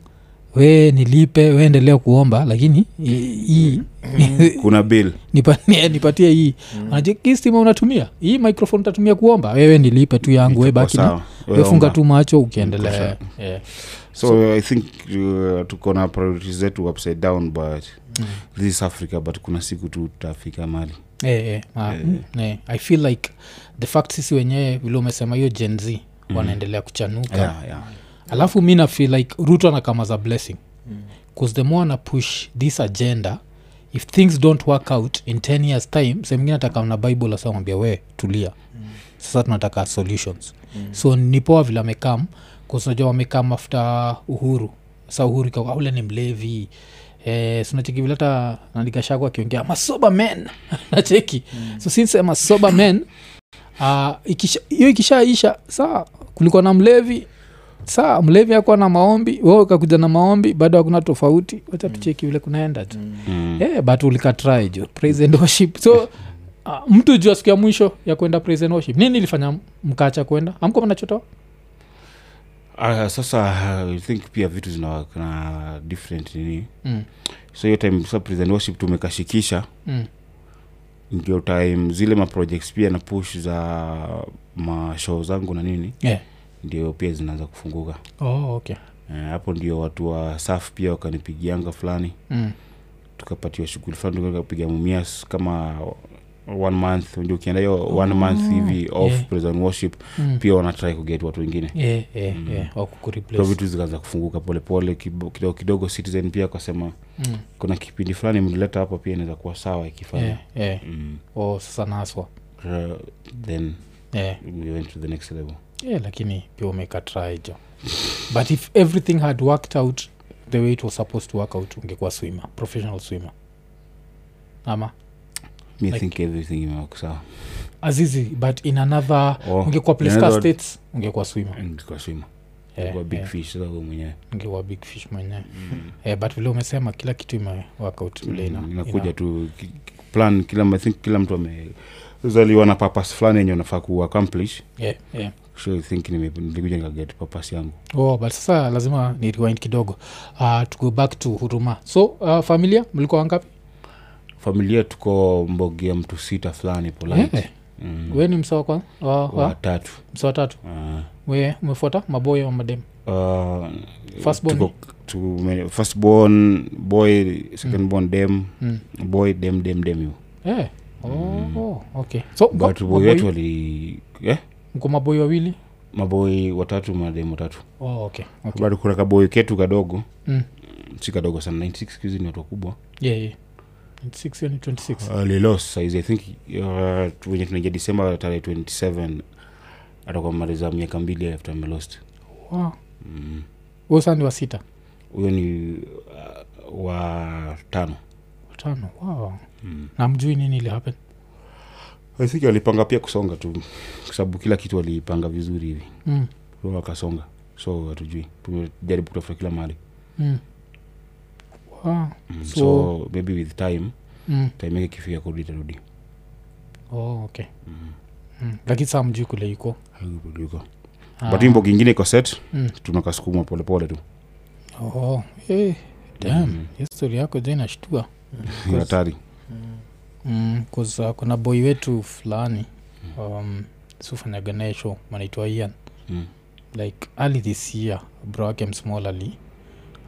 [SPEAKER 1] we nilipe we endelea kuomba lakini hi-
[SPEAKER 3] Mm.
[SPEAKER 1] hii
[SPEAKER 3] kuna bill
[SPEAKER 1] nipatie, nipatie hii mm. hii stima unatumia hii microphone utatumia kuomba wewe nilipe tu yangu we
[SPEAKER 3] Itakuwa
[SPEAKER 1] baki na
[SPEAKER 3] sawa. Wewe
[SPEAKER 1] we funga
[SPEAKER 3] omba.
[SPEAKER 1] tu macho
[SPEAKER 3] Iko
[SPEAKER 1] ukiendelea
[SPEAKER 3] sawa.
[SPEAKER 1] yeah.
[SPEAKER 3] so, i think uh, tuko na priority zetu upside down but mm. this is africa but kuna siku tu tutafika mali
[SPEAKER 1] Eh, eh, ah, mm, eh. i feel like the fact sisi wenyewe vile umesema hiyo gen z wanaendelea kuchanuka
[SPEAKER 3] yeah, yeah.
[SPEAKER 1] alafu mi nafeel like ruto anakamaza blessing
[SPEAKER 2] Mm.
[SPEAKER 1] bcause the more ana push this agenda if things don't work out in 10 years time semingine atakamna bible asamwambia we tulia mm. sasa tunataka solutions mm. so nipoa vile amekam kusinajua wamekam after uhuru sa uhuru ikawa ule ni mlevi Eh, sinacheki vile hata nandikashako akiongea masoba men nacheki mm. so since masoba men Ah, ikisha- hiyo ikishaisha saa kulikuwa na mlevi saa mlevi akuwa na maombi wewe ukakuja na maombi bado hakuna tofauti wacha tucheki vile kunaenda tu
[SPEAKER 3] Mm.
[SPEAKER 1] yeah, Eh, but ulikatry jo praise and worship so ah, mtu jua siku ya mwisho ya kwenda praise and worship nini ilifanya mkacha kwenda amko mnachotoa
[SPEAKER 3] Uh, sasa uh, I think pia vitu zina na different nini
[SPEAKER 1] mm.
[SPEAKER 3] so hiyo time sa prison worship tumekashikisha
[SPEAKER 1] mm.
[SPEAKER 3] ndio time zile maprojects pia na push za mashow zangu na nini
[SPEAKER 1] yeah.
[SPEAKER 3] ndio pia zinaanza kufunguka
[SPEAKER 1] oh, okay.
[SPEAKER 3] Eh, hapo ndio watu wa saf pia wakanipigianga fulani
[SPEAKER 1] mm.
[SPEAKER 3] tukapatiwa shughuli fulani tulikuwa tukapiga mumias kama one month ndio ukienda hiyo one month hivi off
[SPEAKER 1] Oh. yeah.
[SPEAKER 3] prison worship
[SPEAKER 1] Mm. Eh,
[SPEAKER 3] pia wanatry kuget watu wengine
[SPEAKER 1] Yeah, yeah,
[SPEAKER 3] Mm.
[SPEAKER 1] yeah. Au
[SPEAKER 3] kwa
[SPEAKER 1] kukureplace.
[SPEAKER 3] vitu zikaanza kufunguka polepole kibo- kidogo kidogo citizen pia akasema
[SPEAKER 1] Mm.
[SPEAKER 3] kuna kipindi fulani mlileta hapa pia inaweza kuwa sawa ikifanya
[SPEAKER 1] Yeah, yeah.
[SPEAKER 3] mm.
[SPEAKER 1] Oh, sasa naswa
[SPEAKER 3] Ra- then
[SPEAKER 1] yeah.
[SPEAKER 3] we went to the next level
[SPEAKER 1] yeah, eh, lakini pia umekatraijo but if everything had worked out the way it was supposed to work out ungekuwa swimmer professional swimmer ama
[SPEAKER 3] me
[SPEAKER 1] Like-
[SPEAKER 3] think everything imewaka sawa
[SPEAKER 1] azizi but in another
[SPEAKER 3] Oh,
[SPEAKER 1] ungekuwa
[SPEAKER 3] another
[SPEAKER 1] plaska
[SPEAKER 3] one.
[SPEAKER 1] states ungekuwa swimmer
[SPEAKER 3] And kwa swima
[SPEAKER 1] yeah,
[SPEAKER 3] kwa big
[SPEAKER 1] yeah,
[SPEAKER 3] fish sasa wewe mwenyewe
[SPEAKER 1] ungekuwa big fish mwenyewe yeah, but vile umesema kila kitu ime work out vile ina-
[SPEAKER 3] Mm,
[SPEAKER 1] ina-
[SPEAKER 3] inakuja tu ki- ki- plan kila m- I think kila mtu amezaliwa na purpose fulani yenye unafaa kuaccomplish
[SPEAKER 1] yeah, yeah.
[SPEAKER 3] so I think nime- nilikuja nikaget purpose yangu
[SPEAKER 1] oh but sasa lazima ni rewind kidogo uh, to go back to huruma so uh, familia mlikuwa wangapi
[SPEAKER 3] familia tuko mbogia mtu sita fulani polite
[SPEAKER 1] yeah.
[SPEAKER 3] mm.
[SPEAKER 1] Eh, we ni msawa kwanza wa, wa,
[SPEAKER 3] watatu
[SPEAKER 1] msawa tatu
[SPEAKER 3] Ah.
[SPEAKER 1] we umefuata maboyo wa madem
[SPEAKER 3] Uh,
[SPEAKER 1] Firstborn.
[SPEAKER 3] tuko- tume- firstborn boy secondborn dem
[SPEAKER 1] Mm.
[SPEAKER 3] boy dem dem dem hivo
[SPEAKER 1] Eh, oh, okay. so
[SPEAKER 3] Mm. but boy wetu wali eh?
[SPEAKER 1] mko maboi wawili
[SPEAKER 3] maboi watatu madem watatu
[SPEAKER 1] oh, okay. Okay.
[SPEAKER 3] bado kuna kaboi ketu kadogo
[SPEAKER 1] Mm.
[SPEAKER 3] si kadogo sana 96 skuhizi ni watu wakubwa
[SPEAKER 1] Yeah, yeah. 26 hiyo ni 26.
[SPEAKER 3] uh, lilos saizi i think uh, tu- wenye tunaingia disemba tarehe 27 atakuwa maliza miaka mbili after melost
[SPEAKER 1] Wow.
[SPEAKER 3] Mm.
[SPEAKER 1] Wewe sasa ni wa sita
[SPEAKER 3] huyo ni uh, wa tano
[SPEAKER 1] watano wow.
[SPEAKER 3] Mm.
[SPEAKER 1] na mjui nini ili happen
[SPEAKER 3] I think walipanga pia kusonga tu kwa sababu kila kitu walipanga vizuri hivi
[SPEAKER 1] mm.
[SPEAKER 3] Kwa wakasonga so hatujui tumejaribu kutafuta kila mahali
[SPEAKER 1] Mm. Wow.
[SPEAKER 3] mm. so,
[SPEAKER 1] So-
[SPEAKER 3] maybe with time
[SPEAKER 1] Mm.
[SPEAKER 3] time yake kifika kurudi tarudi
[SPEAKER 1] Oh, okay. Mm. lakini saa mjui kule iko
[SPEAKER 3] yuko
[SPEAKER 1] Ah.
[SPEAKER 3] but imbo kingine iko set
[SPEAKER 1] Mm.
[SPEAKER 3] tunakasukumwa polepole tu
[SPEAKER 1] oh, eh, damn.
[SPEAKER 3] Mm.
[SPEAKER 1] Hiyo story yako jo inashtua Hmm,
[SPEAKER 3] Ni hatari
[SPEAKER 1] ah, mm, 'cause, uh, kuna boi wetu fulani um, sufanyaga naye show manaitwa ian
[SPEAKER 3] Mm.
[SPEAKER 1] like early this year bro wake msmall ali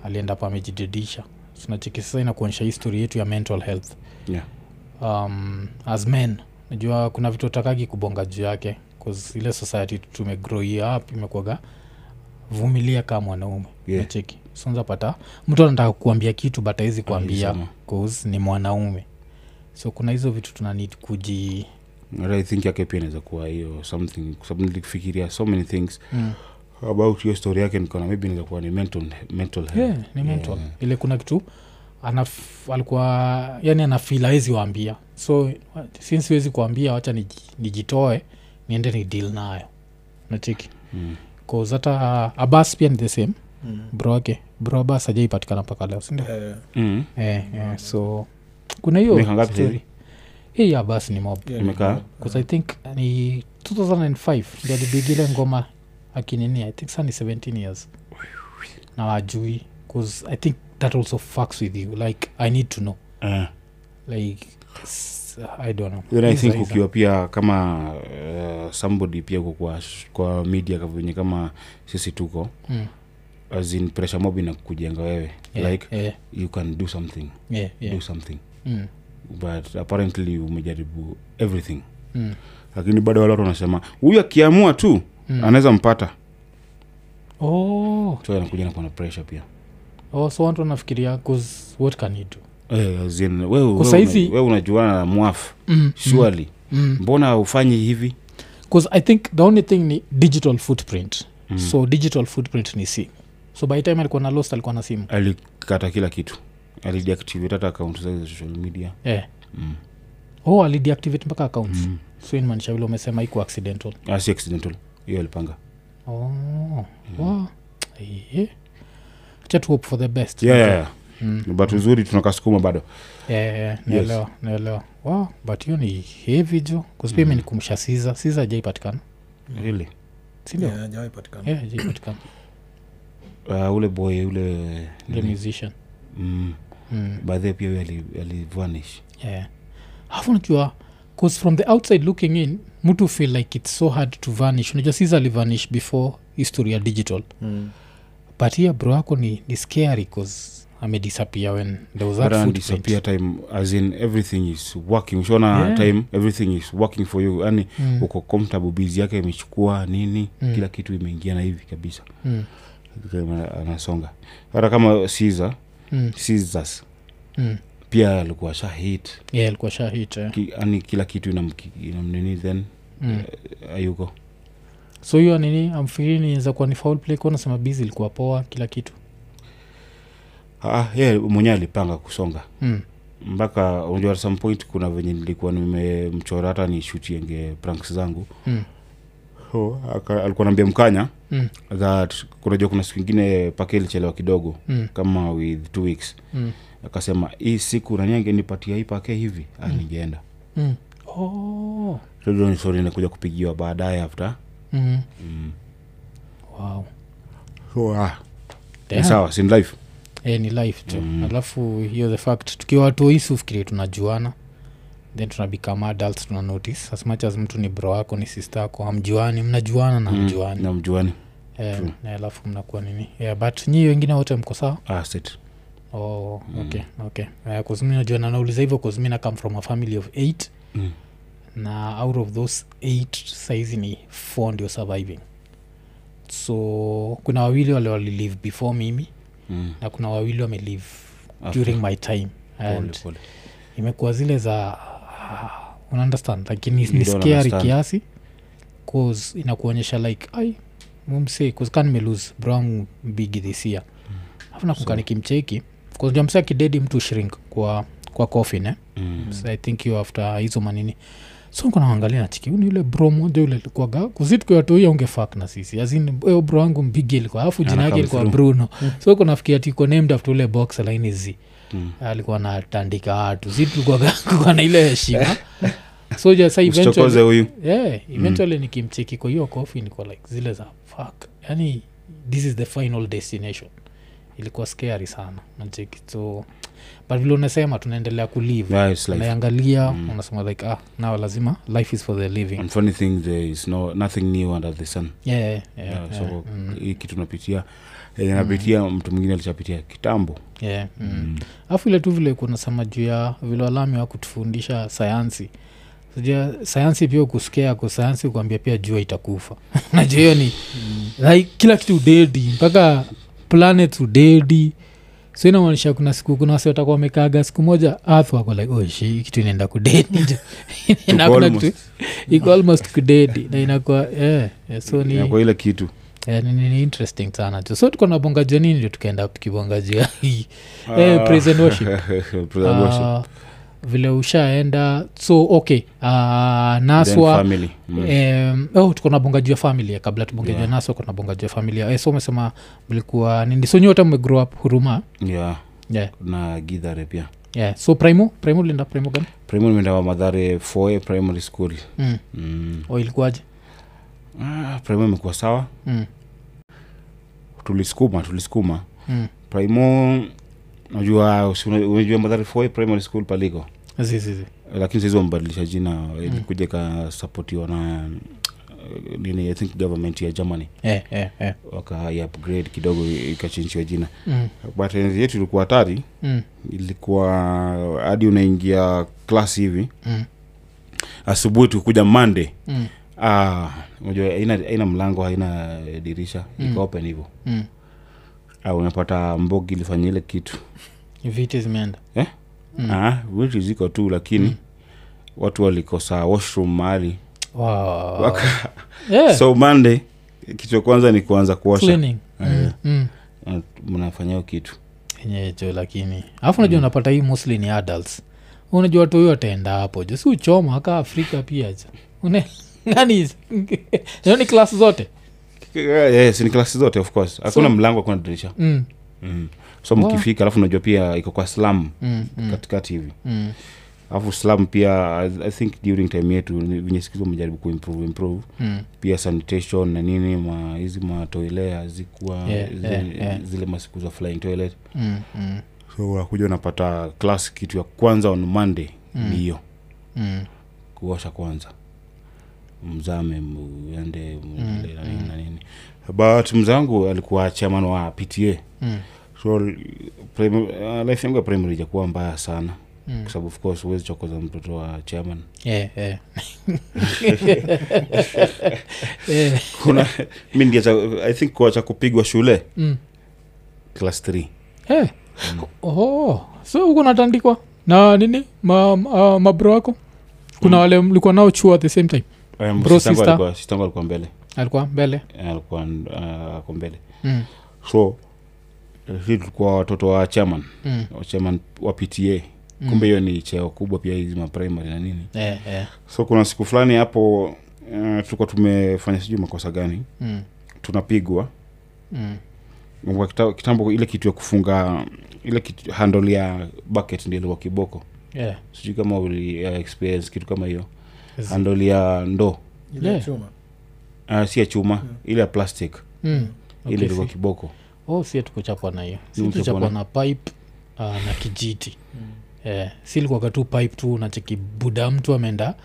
[SPEAKER 1] alienda pa amejidedisha tunacheki sasa inakuonyesha history yetu ya mental health
[SPEAKER 3] Yeah.
[SPEAKER 1] um, as men najua kuna vitu takagi kubonga juu yake 'cause ile society tumegroia up imekuaga vumilia kaa mwanaume
[SPEAKER 3] Yeah.
[SPEAKER 1] nacheki sonza pata mtu anataka kuambia kitu but awezi kuambia
[SPEAKER 3] Alisema.
[SPEAKER 1] 'cause ni mwanaume so kuna hizo vitu tunanid kuji
[SPEAKER 3] But i think yake pia inaweza kuwa hiyo something kwa sababu nilifikiria so many things
[SPEAKER 1] mm.
[SPEAKER 3] about hiyo story yake nikaona maybe inaweza kuwa ni mental, mental health
[SPEAKER 1] yeah, ni mental ile kuna kitu anaf, alikuwa yani anafil awezi waambia so sin siwezi kuambia wacha niji- nijitoe niende ni deal nayo nachiki
[SPEAKER 3] Mm.
[SPEAKER 1] bcause hata abas pia ni the same
[SPEAKER 2] Mm.
[SPEAKER 1] bro wake bro abas hajaipatikana mpaka leo sindio
[SPEAKER 2] Eh,
[SPEAKER 3] Mm.
[SPEAKER 1] eh, eh, so kuna hiyo
[SPEAKER 3] Miaka ngapi
[SPEAKER 1] story.
[SPEAKER 3] hivi?
[SPEAKER 1] hii abas ni mob
[SPEAKER 2] yeah,
[SPEAKER 3] Imekaa?
[SPEAKER 2] yeah.
[SPEAKER 1] bcause i think ni 2005 ndio alibigile ngoma akinini i think sa ni 17 years na wajui bcause i think that also fucks with you like i need to know
[SPEAKER 3] Eh.
[SPEAKER 1] like s- i don't know
[SPEAKER 3] then i
[SPEAKER 1] Hizo-
[SPEAKER 3] think
[SPEAKER 1] hizo.
[SPEAKER 3] ukiwa pia kama uh, somebody pia uko kwa, kwa media kavenye kama sisi tuko
[SPEAKER 1] Mm.
[SPEAKER 3] as in pressure mob inakujenga wewe
[SPEAKER 1] Yeah,
[SPEAKER 3] like
[SPEAKER 1] yeah,
[SPEAKER 3] you can do something
[SPEAKER 1] yeah, yeah.
[SPEAKER 3] do something
[SPEAKER 1] Mm,
[SPEAKER 3] but apparently umejaribu everything
[SPEAKER 1] mm,
[SPEAKER 3] lakini bado wale watu wanasema huyu akiamua tu
[SPEAKER 1] mm.
[SPEAKER 3] anaweza mpata
[SPEAKER 1] oh,
[SPEAKER 3] so anakuja na kuna pressure pia
[SPEAKER 1] oh, so watu wanafikiria 'cause what can he do
[SPEAKER 3] Eh, as in, wewe- wewe
[SPEAKER 1] Kwa saizi-
[SPEAKER 3] una- wewe unajuana na mwafu
[SPEAKER 1] mm,
[SPEAKER 3] surely
[SPEAKER 1] mm.
[SPEAKER 3] mbona ufanyi hivi
[SPEAKER 1] bcause i think the only thing ni digital footprint mm. so digital footprint ni simu so by the time alikuwa na lost alikuwa na simu
[SPEAKER 3] alikata kila kitu alideactivate hata akaunti zake za social media
[SPEAKER 1] yeah.
[SPEAKER 3] Mm.
[SPEAKER 1] Eh. oh alideactivate mpaka accounts mm. so inmaanisha vile umesema iko accidental
[SPEAKER 3] Ah, si accidental hiyo alipanga
[SPEAKER 1] oh.
[SPEAKER 3] Mm.
[SPEAKER 1] wow. Eh. Just hope for the best
[SPEAKER 3] yeah, yeah, yeah.
[SPEAKER 1] Mm.
[SPEAKER 3] but uzuri tunakasukuma bado
[SPEAKER 1] Yeah, yeah, yeah. naelewa naelewa wow but hiyo ni heavy jo kuspia mm. nikumsha siza siza ajaipatikana
[SPEAKER 3] really
[SPEAKER 1] sindio yeah.
[SPEAKER 2] Yeah, hajawahi patikana.
[SPEAKER 1] yeah, ajaipatikana
[SPEAKER 3] Mm. uh, ule boy ule
[SPEAKER 1] ule musician
[SPEAKER 3] mm,
[SPEAKER 1] mm.
[SPEAKER 3] baadhi pia huyo ali- alivanish
[SPEAKER 1] yeah. alafu unajua cause from the outside looking in mtu feel like its so hard to vanish unajua siza alivanish before history ya digital
[SPEAKER 2] Mm.
[SPEAKER 1] but hiya bro yako ni, ni scary cause amedisappear when there was that
[SPEAKER 3] But and
[SPEAKER 1] footprint.
[SPEAKER 3] disappear time as in everything is working ushaona
[SPEAKER 1] Yeah.
[SPEAKER 3] time everything is working for you Yaani, yani
[SPEAKER 1] Mm,
[SPEAKER 3] uko comfortable busy yake imechukua nini
[SPEAKER 1] Mm.
[SPEAKER 3] kila kitu imeingia na hivi kabisa
[SPEAKER 1] mm,
[SPEAKER 3] Kama anasonga hata kama Caesar,
[SPEAKER 1] mm,
[SPEAKER 3] Caesars
[SPEAKER 1] mm.
[SPEAKER 3] pia alikuwa sha hit
[SPEAKER 1] Yeah, alikuwa shahit eh.
[SPEAKER 3] Ki, yani kila kitu inamki- inamnini then uh,
[SPEAKER 1] mm.
[SPEAKER 3] ayuko
[SPEAKER 1] so hiyo nini amfikiri niweza kuwa ni foul play kwa nasema bizi ilikuwa poa kila kitu
[SPEAKER 3] ah, ye mwenyewe alipanga kusonga
[SPEAKER 1] mm.
[SPEAKER 3] mpaka unajua at some point kuna venye nilikuwa nimemchora hata ni shuti yenge pranks zangu
[SPEAKER 1] Mm. Oh.
[SPEAKER 3] so, aka, alikuwa naambia mkanya
[SPEAKER 1] Mm.
[SPEAKER 3] that kunajua kuna siku ingine pake ilichelewa kidogo
[SPEAKER 1] Mm.
[SPEAKER 3] kama with two weeks
[SPEAKER 1] Mm.
[SPEAKER 3] akasema hii siku nani angenipatia hii pake hivi mm. ningeenda
[SPEAKER 1] Mm. Oh.
[SPEAKER 3] Hiyo ni story inakuja kupigiwa baadaye after
[SPEAKER 1] Mm.
[SPEAKER 3] mm.
[SPEAKER 1] Wow.
[SPEAKER 3] so, ah, ni
[SPEAKER 1] Damn.
[SPEAKER 3] sawa sin life
[SPEAKER 1] e, ni life tu
[SPEAKER 3] Mm.
[SPEAKER 1] mm. alafu hiyo the fact tukiwa watu wahisi ufikirie tunajuana then tuna become adults tuna notice as much as mtu ni bro wako ni sister yako amjuani mnajuana na mjuani
[SPEAKER 3] Mm. na mjuani
[SPEAKER 1] eh,
[SPEAKER 3] true.
[SPEAKER 1] na alafu mnakuwa nini yeah, but nyii wengine wote mko sawa
[SPEAKER 3] ah, set.
[SPEAKER 1] oh,
[SPEAKER 3] Mm.
[SPEAKER 1] okay, okay. Eh, 'cause mi najua na nauliza hivyo 'cause mi na come from a family of eight
[SPEAKER 3] Mm.
[SPEAKER 1] na out of those eight saizi ni four ndio surviving so kuna wawili wale walilive before mimi
[SPEAKER 3] Mm.
[SPEAKER 1] na kuna wawili wamelive
[SPEAKER 3] After.
[SPEAKER 1] during my time
[SPEAKER 3] Pole,
[SPEAKER 1] and
[SPEAKER 3] pole.
[SPEAKER 1] imekuwa zile za uh, unaunderstand lakini
[SPEAKER 3] Don't
[SPEAKER 1] ni scary
[SPEAKER 3] understand.
[SPEAKER 1] kiasi cause inakuonyesha like ai mumse kusika nimelose brown big this year
[SPEAKER 3] Hmm.
[SPEAKER 1] afu nakuka nikimcheki jamsa kidedi mtu shrink kwa kwa coffin eh?
[SPEAKER 3] Mm.
[SPEAKER 1] so i think hiyo after hizo manini so kanaangalia nachiki ni yule bro moja yule alikuwaga kuzitukiwatoia ungefak na sisi azin bro wangu mpige ilikuwa alafu jina
[SPEAKER 3] Ana
[SPEAKER 1] yake
[SPEAKER 3] come
[SPEAKER 1] ilikuwa
[SPEAKER 3] through. Hmm.
[SPEAKER 1] bruno so kunafikia tiko named after ule box laini zi
[SPEAKER 3] Mm.
[SPEAKER 1] alikuwa anatandika watu zi tulikuwaga kuwa na ile heshima so ja sa
[SPEAKER 3] usichokoze
[SPEAKER 1] eventually,
[SPEAKER 3] huyu
[SPEAKER 1] yeah, eventually nikimcheki kwa hiyo kofi niko like zile za fuck Yaani, yani this is the final destination ilikuwa scary sana nacheki so but vile unasema tunaendelea kulive
[SPEAKER 3] Yeah, it's like-
[SPEAKER 1] unaiangalia mm. unasema like ah now lazima life is for the living
[SPEAKER 3] and funny thing there is no nothing new under the sun
[SPEAKER 1] yeah, yeah, yeah,
[SPEAKER 3] yeah,
[SPEAKER 1] yeah, Mm.
[SPEAKER 3] so hii kitu napitia yenye napitia mtu mwingine alishapitia kitambo
[SPEAKER 1] yeah, mm. afu ile tu vile kunasema juu ya vile walami wa kutufundisha sayansi sijua sayansi pia kusikia ako sayansi kuambia pia jua itakufa najua hiyo ni like, kila kitu udedi mpaka planet udedi so inamaanisha kuna siku kuna wasi watakuwa wamekaaga siku moja earth wako like oh shi hii kitu inaenda kudedi Na hakuna
[SPEAKER 3] almost.
[SPEAKER 1] kitu- iko almost kudedi na inakuwa yeah, yeah, so ni
[SPEAKER 3] kwa ile kitu
[SPEAKER 1] Eh, ni, ni, ni interesting sana tu so tuko nabongajia nini ndio tukaenda tukibongajia hii Eh,
[SPEAKER 3] Ah.
[SPEAKER 1] praise and worship.
[SPEAKER 3] Praise and worship.
[SPEAKER 1] Ah, vile ushaenda so okay uh,
[SPEAKER 3] Then
[SPEAKER 1] naswa
[SPEAKER 3] family. Mm.
[SPEAKER 1] em, oh, tuko nabongajia familia kabla tubongejia yeah. naswa kunabongajia familia eh, so umesema mlikuwa nini so nyote mmegrow up huruma
[SPEAKER 3] Yeah,
[SPEAKER 1] yeah,
[SPEAKER 3] na gidhare pia
[SPEAKER 1] yeah. so primo primo linda primo gani
[SPEAKER 3] primary mendawa madhare foe primary school
[SPEAKER 1] mm.
[SPEAKER 3] mm.
[SPEAKER 1] o ilikuwaje
[SPEAKER 3] ah, primary imekuwa sawa
[SPEAKER 1] mm.
[SPEAKER 3] tulisukuma tulisukuma
[SPEAKER 1] mm.
[SPEAKER 3] primo najua si una- unajua madhare foe primary school paliko
[SPEAKER 1] zi, zi, zi.
[SPEAKER 3] lakini saizi wamebadilisha jina ilikuja ikasapotiwa na eh, nini i think government ya germany
[SPEAKER 1] Eh, eh, eh.
[SPEAKER 3] waka upgrade kidogo ikachinjiwa jina
[SPEAKER 1] Mm.
[SPEAKER 3] but enzi yetu ilikuwa hatari
[SPEAKER 1] Mm.
[SPEAKER 3] ilikuwa hadi unaingia klasi hivi
[SPEAKER 1] Mm.
[SPEAKER 3] asubuhi tukuja monday
[SPEAKER 1] Mm.
[SPEAKER 3] Ah, unajua haina haina mlango haina dirisha mm. iko open hivyo
[SPEAKER 1] Mm.
[SPEAKER 3] Ah, unapata mbogi ilifanya ile kitu
[SPEAKER 1] viti zimeenda
[SPEAKER 3] eh? mm. ah, witi ziko tu lakini mm. watu walikosa washroom mahali
[SPEAKER 1] wow.
[SPEAKER 3] Waka-
[SPEAKER 1] yeah.
[SPEAKER 3] so Ah, monday kitu ya kwanza ni kuanza kuosha
[SPEAKER 1] Cleaning. Mm. Mm.
[SPEAKER 3] Na mnafanya hiyo kitu
[SPEAKER 1] yenye jo lakini alafu unajua unapata hii mostly ni adults unajua watu huyo wataenda hapo jo si uchoma haka afrika pia jo Une- nani hiyo ni klasi zote
[SPEAKER 3] yes, Eh, ni klasi zote of course hakuna mlango hakuna dirisha
[SPEAKER 1] mm.
[SPEAKER 3] mm. so mkifika alafu unajua pia iko kwa slam
[SPEAKER 1] Mm. Mm.
[SPEAKER 3] katikati hivi
[SPEAKER 1] Mm.
[SPEAKER 3] alafu slam pia I, i think during time yetu ni- venye sikizo mejaribu kuimprove improve
[SPEAKER 1] Mm.
[SPEAKER 3] pia sanitation na nini ma hizi matoile hazikuwa
[SPEAKER 1] Yeah,
[SPEAKER 3] zi-
[SPEAKER 1] yeah, yeah.
[SPEAKER 3] zile masiku za flying toilet
[SPEAKER 1] Mm. Mm.
[SPEAKER 3] so unakuja unapata class kitu ya kwanza on monday ni hiyo
[SPEAKER 1] Mm.
[SPEAKER 3] kuosha kwanza mzame muende
[SPEAKER 1] Mm,
[SPEAKER 3] muende na nini na nini but mzangu alikuwa chairman wa pta
[SPEAKER 1] Mm.
[SPEAKER 3] so prim- uh, life yangu ya primary ijakuwa mbaya sana
[SPEAKER 1] Mm. Eh,
[SPEAKER 3] kwa sababu of course huwezi chokoza mtoto wa chairman
[SPEAKER 1] Yeah, yeah. Yeah.
[SPEAKER 3] kuna mi ndiacha i think kuacha kupigwa shule
[SPEAKER 1] Mm.
[SPEAKER 3] class 3
[SPEAKER 1] Eh. Oh, so huko natandikwa na nini ma, ma, mabro wako kuna wale mlikuwa nao chua at the same time
[SPEAKER 3] Um,
[SPEAKER 1] Bro,
[SPEAKER 3] sistangu
[SPEAKER 1] sister.
[SPEAKER 3] alikuwa- sistangu alikuwa mbele
[SPEAKER 1] alikuwa mbele
[SPEAKER 3] eh, alikuwa uh, ako mbele
[SPEAKER 1] mm.
[SPEAKER 3] so si tulikuwa watoto wa chairman
[SPEAKER 1] Mm.
[SPEAKER 3] wa chairman wa pta kumbe hiyo ni cheo kubwa pia hizi maprimary na nini
[SPEAKER 1] Eh, eh.
[SPEAKER 3] so kuna siku fulani hapo uh, tulikuwa tumefanya sijui makosa gani
[SPEAKER 1] Mm.
[SPEAKER 3] tunapigwa
[SPEAKER 1] Mm.
[SPEAKER 3] Kwa kita- kitambo ile kitu ya kufunga ile kitu handle ya bucket ndio ilikuwa kiboko
[SPEAKER 1] Yeah.
[SPEAKER 3] sijui kama uli uh, experience kitu kama hiyo
[SPEAKER 1] Yes.
[SPEAKER 3] handle ya ndoo
[SPEAKER 2] Ile
[SPEAKER 1] Yeah.
[SPEAKER 2] chuma
[SPEAKER 3] uh, si ya chuma ile ya plastic
[SPEAKER 1] Mm.
[SPEAKER 3] ile
[SPEAKER 1] Okay,
[SPEAKER 3] ilikuwa
[SPEAKER 1] si-
[SPEAKER 3] kiboko
[SPEAKER 1] oh, si tukuchapwa na hiyo si
[SPEAKER 3] Ni
[SPEAKER 1] tuchapwa
[SPEAKER 3] kuchapwa
[SPEAKER 1] na pipe uh, na kijiti Eh, si likuwaga tu pipe tu nacheki buda mtu ameenda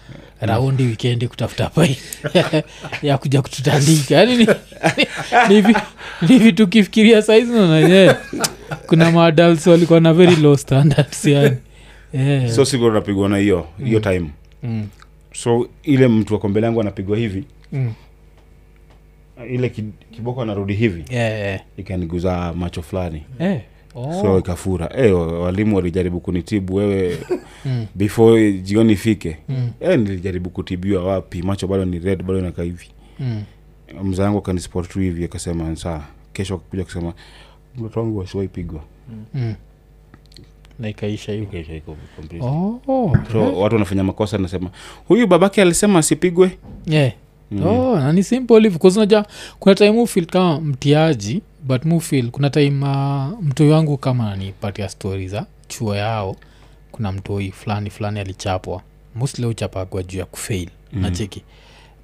[SPEAKER 1] raundi wikendi kutafuta pipe ya kuja kututandika yani ni, ni, ni, vi- ni vitu kifikiria saizi nananyee kuna maadults walikuwa na very low standards yani yeah.
[SPEAKER 3] so siku napigwa na hiyo hiyo time
[SPEAKER 1] mm.
[SPEAKER 3] so ile mtu ako mbele yangu anapigwa hivi
[SPEAKER 1] Mm.
[SPEAKER 3] ile ki- kiboko anarudi hivi
[SPEAKER 1] yeah, yeah.
[SPEAKER 3] ikaniguza macho fulani
[SPEAKER 1] Eh, oh.
[SPEAKER 3] so ikafura Eh, wa- walimu walijaribu kunitibu wewe
[SPEAKER 1] Mm.
[SPEAKER 3] before jioni ifike
[SPEAKER 1] Mm.
[SPEAKER 3] Eh, nilijaribu kutibiwa wapi macho bado ni red bado nakaa hivi
[SPEAKER 1] Mm.
[SPEAKER 3] mzee wangu akanispot tu hivi akasema saa kesho akakuja kusema mtoto wangu wasiwaipigwa
[SPEAKER 1] Mm. na ikaisha hivo
[SPEAKER 3] so
[SPEAKER 1] oh.
[SPEAKER 3] watu wanafanya makosa nasema huyu babake alisema asipigwe
[SPEAKER 1] yeah. mm. oh, na ni simple hivo unajua kuna time ufil kama mtiaji but mufil kuna time uh, mtoi wangu kama ananipatia stori za chuo yao kuna mtoi fulani fulani alichapwa mostly uchapa kwa juu ya kufail mm. nacheki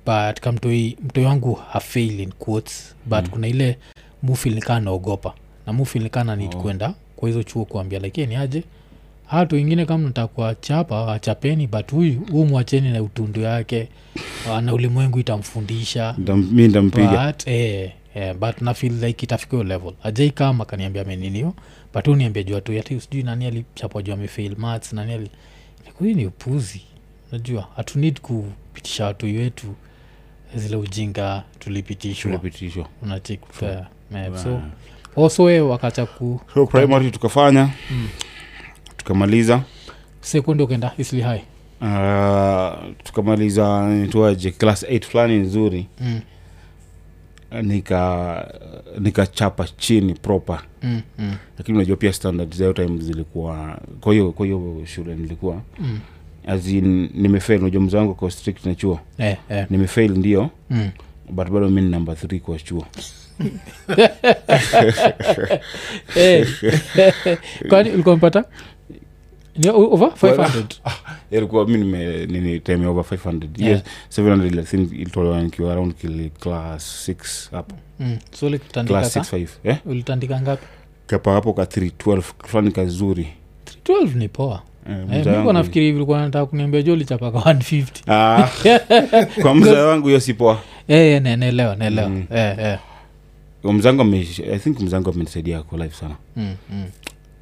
[SPEAKER 1] but kamtoi mtoi wangu hafail in quotes but mm. kuna ile mufil nikaa naogopa na mufil nikaa nanid oh. kwenda kwa hizo chuo kuambia like "Hey, ni aje hatu wengine kama nataka kuwachapa wachapeni but huyu huu mwacheni na utundu yake Ah, na ulimwengu itamfundisha
[SPEAKER 3] Ndam- mi ndampiga
[SPEAKER 1] but, eh, eh, but na feel like itafika hiyo level ajai kama kaniambia ameninio but hu niambia jua tu ati sijui nani alichapwa juu amefail maths nani ali huyu ni upuzi najua hatu need kupitisha watu wetu zile ujinga tulipitishwa
[SPEAKER 3] tulipitishwa
[SPEAKER 1] unachik eh, so also we wakacha ku
[SPEAKER 3] so primary tukafanya tukamaliza
[SPEAKER 1] sekundi ukaenda isli hai
[SPEAKER 3] uh, tukamaliza nituaje class 8 fulani nzuri
[SPEAKER 1] mm,
[SPEAKER 3] nika nikachapa chini proper
[SPEAKER 1] mm, mm,
[SPEAKER 3] lakini unajua pia standard zayo time zilikuwa kwa hiyo kwa hiyo shule nilikuwa
[SPEAKER 1] mm.
[SPEAKER 3] azin nimefail unajua mzee wangu kwa strict na chuo
[SPEAKER 1] Eh, eh,
[SPEAKER 3] nimefail ndio
[SPEAKER 1] mm.
[SPEAKER 3] but bado mi ni number 3 kwa chuo
[SPEAKER 1] Eh, kwani ulikuwa mpata over 500
[SPEAKER 3] Ah, ilikuwa mi nime- nini time over 500
[SPEAKER 1] Yeah.
[SPEAKER 3] yes 700 lakini ilitolewa nikiwa around kile class 6 hapo
[SPEAKER 1] Mm, so ulitandika
[SPEAKER 3] class
[SPEAKER 1] ka-
[SPEAKER 3] 6 5 eh
[SPEAKER 1] ulitandika ngapi
[SPEAKER 3] kapa hapo ka 312 fulani kazuri
[SPEAKER 1] 12 ni poa
[SPEAKER 3] Eh, mzee
[SPEAKER 1] Eh, mimi
[SPEAKER 3] wangu-
[SPEAKER 1] nafikiri hivi ulikuwa nataka kuniambia jo ulichapaka 150
[SPEAKER 3] Ah, kwa mzee wangu hiyo sipoa
[SPEAKER 1] Eh, eh, ne- naelewa naelewa
[SPEAKER 3] Mm.
[SPEAKER 1] Eh, eh.
[SPEAKER 3] mzangu ame- i think mzangu amenisaidia kwa life sana
[SPEAKER 1] Mm, mm,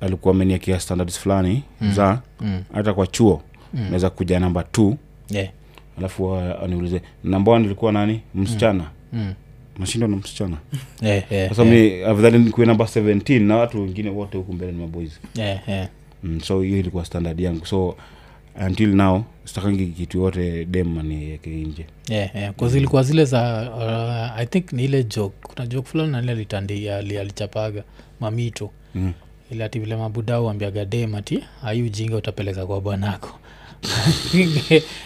[SPEAKER 3] alikuwa ameniekea standards fulani za
[SPEAKER 1] mm,
[SPEAKER 3] hata kwa chuo
[SPEAKER 1] Mm.
[SPEAKER 3] naweza kuja namba t
[SPEAKER 1] eh,
[SPEAKER 3] alafu a- aniulize namba one ilikuwa nani msichana
[SPEAKER 1] mm,
[SPEAKER 3] nashindwa na msichana
[SPEAKER 1] eh, eh,
[SPEAKER 3] sasa
[SPEAKER 1] eh,
[SPEAKER 3] mi afadhali nikuwe namba 17 na watu wengine wote huku mbele ni maboys
[SPEAKER 1] eh, eh.
[SPEAKER 3] mm, so hiyo ilikuwa standard yangu so until now sitakangi kitu yote dem anieke nje
[SPEAKER 1] Yeah, yeah. 'Cause ilikuwa zile za uh, i think ni ile joke kuna joke fulani nani alitandi- ali- alichapaga mamito
[SPEAKER 3] Mm.
[SPEAKER 1] ile ati vile mabuda uambiaga dem ati ayi ujinga utapeleka kwa bwanako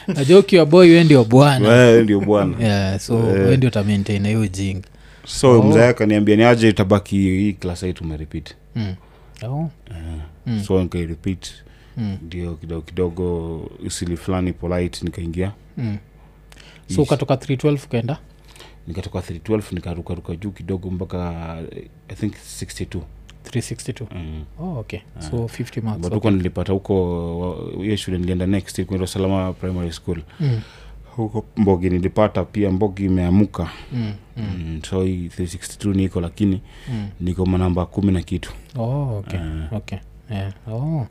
[SPEAKER 1] najua ukiwa boy we ndio bwana
[SPEAKER 3] Wewe ndio bwana
[SPEAKER 1] yeah, so
[SPEAKER 3] eh.
[SPEAKER 1] we ndio utamaintain hiyo ujinga
[SPEAKER 3] so oh. mzae akaniambia ni aje itabaki hii klasa hii tumeripit
[SPEAKER 1] mm. oh.
[SPEAKER 3] mm. so nikairipit
[SPEAKER 1] Mm.
[SPEAKER 3] ndio kidogo kidogo usili fulani polite nikaingia
[SPEAKER 1] mm. so ukatoka 312 ukaenda
[SPEAKER 3] nikatoka 312 nikarukaruka juu kidogo mpaka eh, i think 62
[SPEAKER 1] 362
[SPEAKER 3] mm.
[SPEAKER 1] oh, okay Ah, so 50 marks
[SPEAKER 3] but
[SPEAKER 1] okay.
[SPEAKER 3] huko nilipata huko wa- hiyo shule nilienda next kunaitwa salama primary school
[SPEAKER 1] mm.
[SPEAKER 3] huko mbogi nilipata pia mbogi imeamuka
[SPEAKER 1] Mm. Mm.
[SPEAKER 3] mm. so hii 362 niko lakini
[SPEAKER 1] Mm.
[SPEAKER 3] niko manamba kumi na kitu
[SPEAKER 1] oh, okay.
[SPEAKER 3] Eh.
[SPEAKER 1] okay yeah. oh.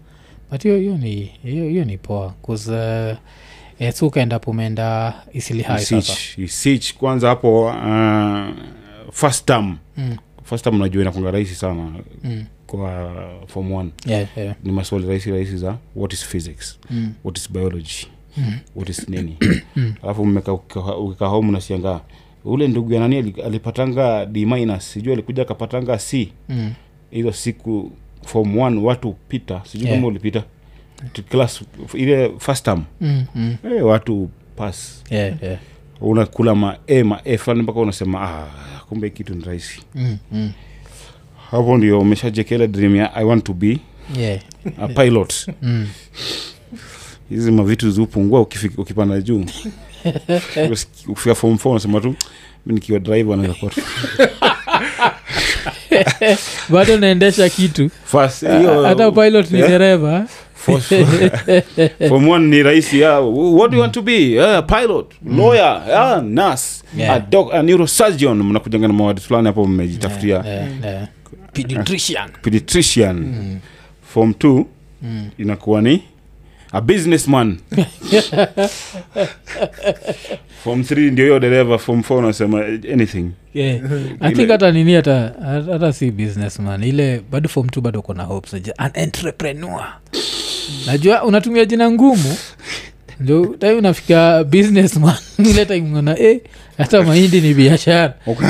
[SPEAKER 1] but hiyo hiyo ni hiyo hiyo ni poa bcause uh, eh, so ukaenda hapo umeenda isili hai sasa
[SPEAKER 3] Isich- Isich, kwanza hapo uh, first term
[SPEAKER 1] mm.
[SPEAKER 3] first term unajua inakwanga rahisi sana
[SPEAKER 1] Mm.
[SPEAKER 3] kwa form one
[SPEAKER 1] Yeah, yeah.
[SPEAKER 3] ni maswali rahisi rahisi za what is physics
[SPEAKER 1] Mm.
[SPEAKER 3] what is biology
[SPEAKER 1] Mm.
[SPEAKER 3] what is nini alafu mmeka- ukika- ukikaa home unasiangaa ule ndugu ya nani ali- alipatanga d minus sijui alikuja akapatanga c
[SPEAKER 1] Mm.
[SPEAKER 3] hizo siku form one watu pita sijui
[SPEAKER 1] Yeah.
[SPEAKER 3] kama ulipita T- class ile first term
[SPEAKER 1] Mm. Mm.
[SPEAKER 3] hey, watu pass
[SPEAKER 1] Yeah, yeah.
[SPEAKER 3] unakula ma a ma a fulani mpaka unasema ah, kumbe hii kitu ni rahisi
[SPEAKER 1] Mm. Mm.
[SPEAKER 3] hapo ndio umeshajekela dream ya i want to be
[SPEAKER 1] Yeah.
[SPEAKER 3] a pilot
[SPEAKER 1] Mm.
[SPEAKER 3] hizi mavitu ziupungua ukifik- ukipanda juu Ukis- ukifika form four unasema tu mi nikiwa driver naweza kuwa tu
[SPEAKER 1] bado naendesha kitu
[SPEAKER 3] First, hiyo-
[SPEAKER 1] Ah, hata pilot ni
[SPEAKER 3] Yeah.
[SPEAKER 1] dereva
[SPEAKER 3] First- form one ni rahisi yeah. what do you want to be yeah, pilot lawyer yeah, nurse
[SPEAKER 1] Mm. Yeah.
[SPEAKER 3] a doc, a neurosurgeon mnakujanga na mawadi fulani hapo mmejitafutia
[SPEAKER 1] Yeah, Mm. yeah, yeah. pediatrician
[SPEAKER 3] pediatrician form two
[SPEAKER 1] mm.
[SPEAKER 3] inakuwa ni a businessman form three ndio hiyo dereva form four unasema anything
[SPEAKER 1] yeah. i think
[SPEAKER 3] Ile-
[SPEAKER 1] hata nini hata hata si businessman ile bado form t bado kona hopes najua, an entrepreneur najua unatumia jina ngumu ndio time unafika businessman ile time unaona eh, hata mahindi ni biashara
[SPEAKER 3] Okay.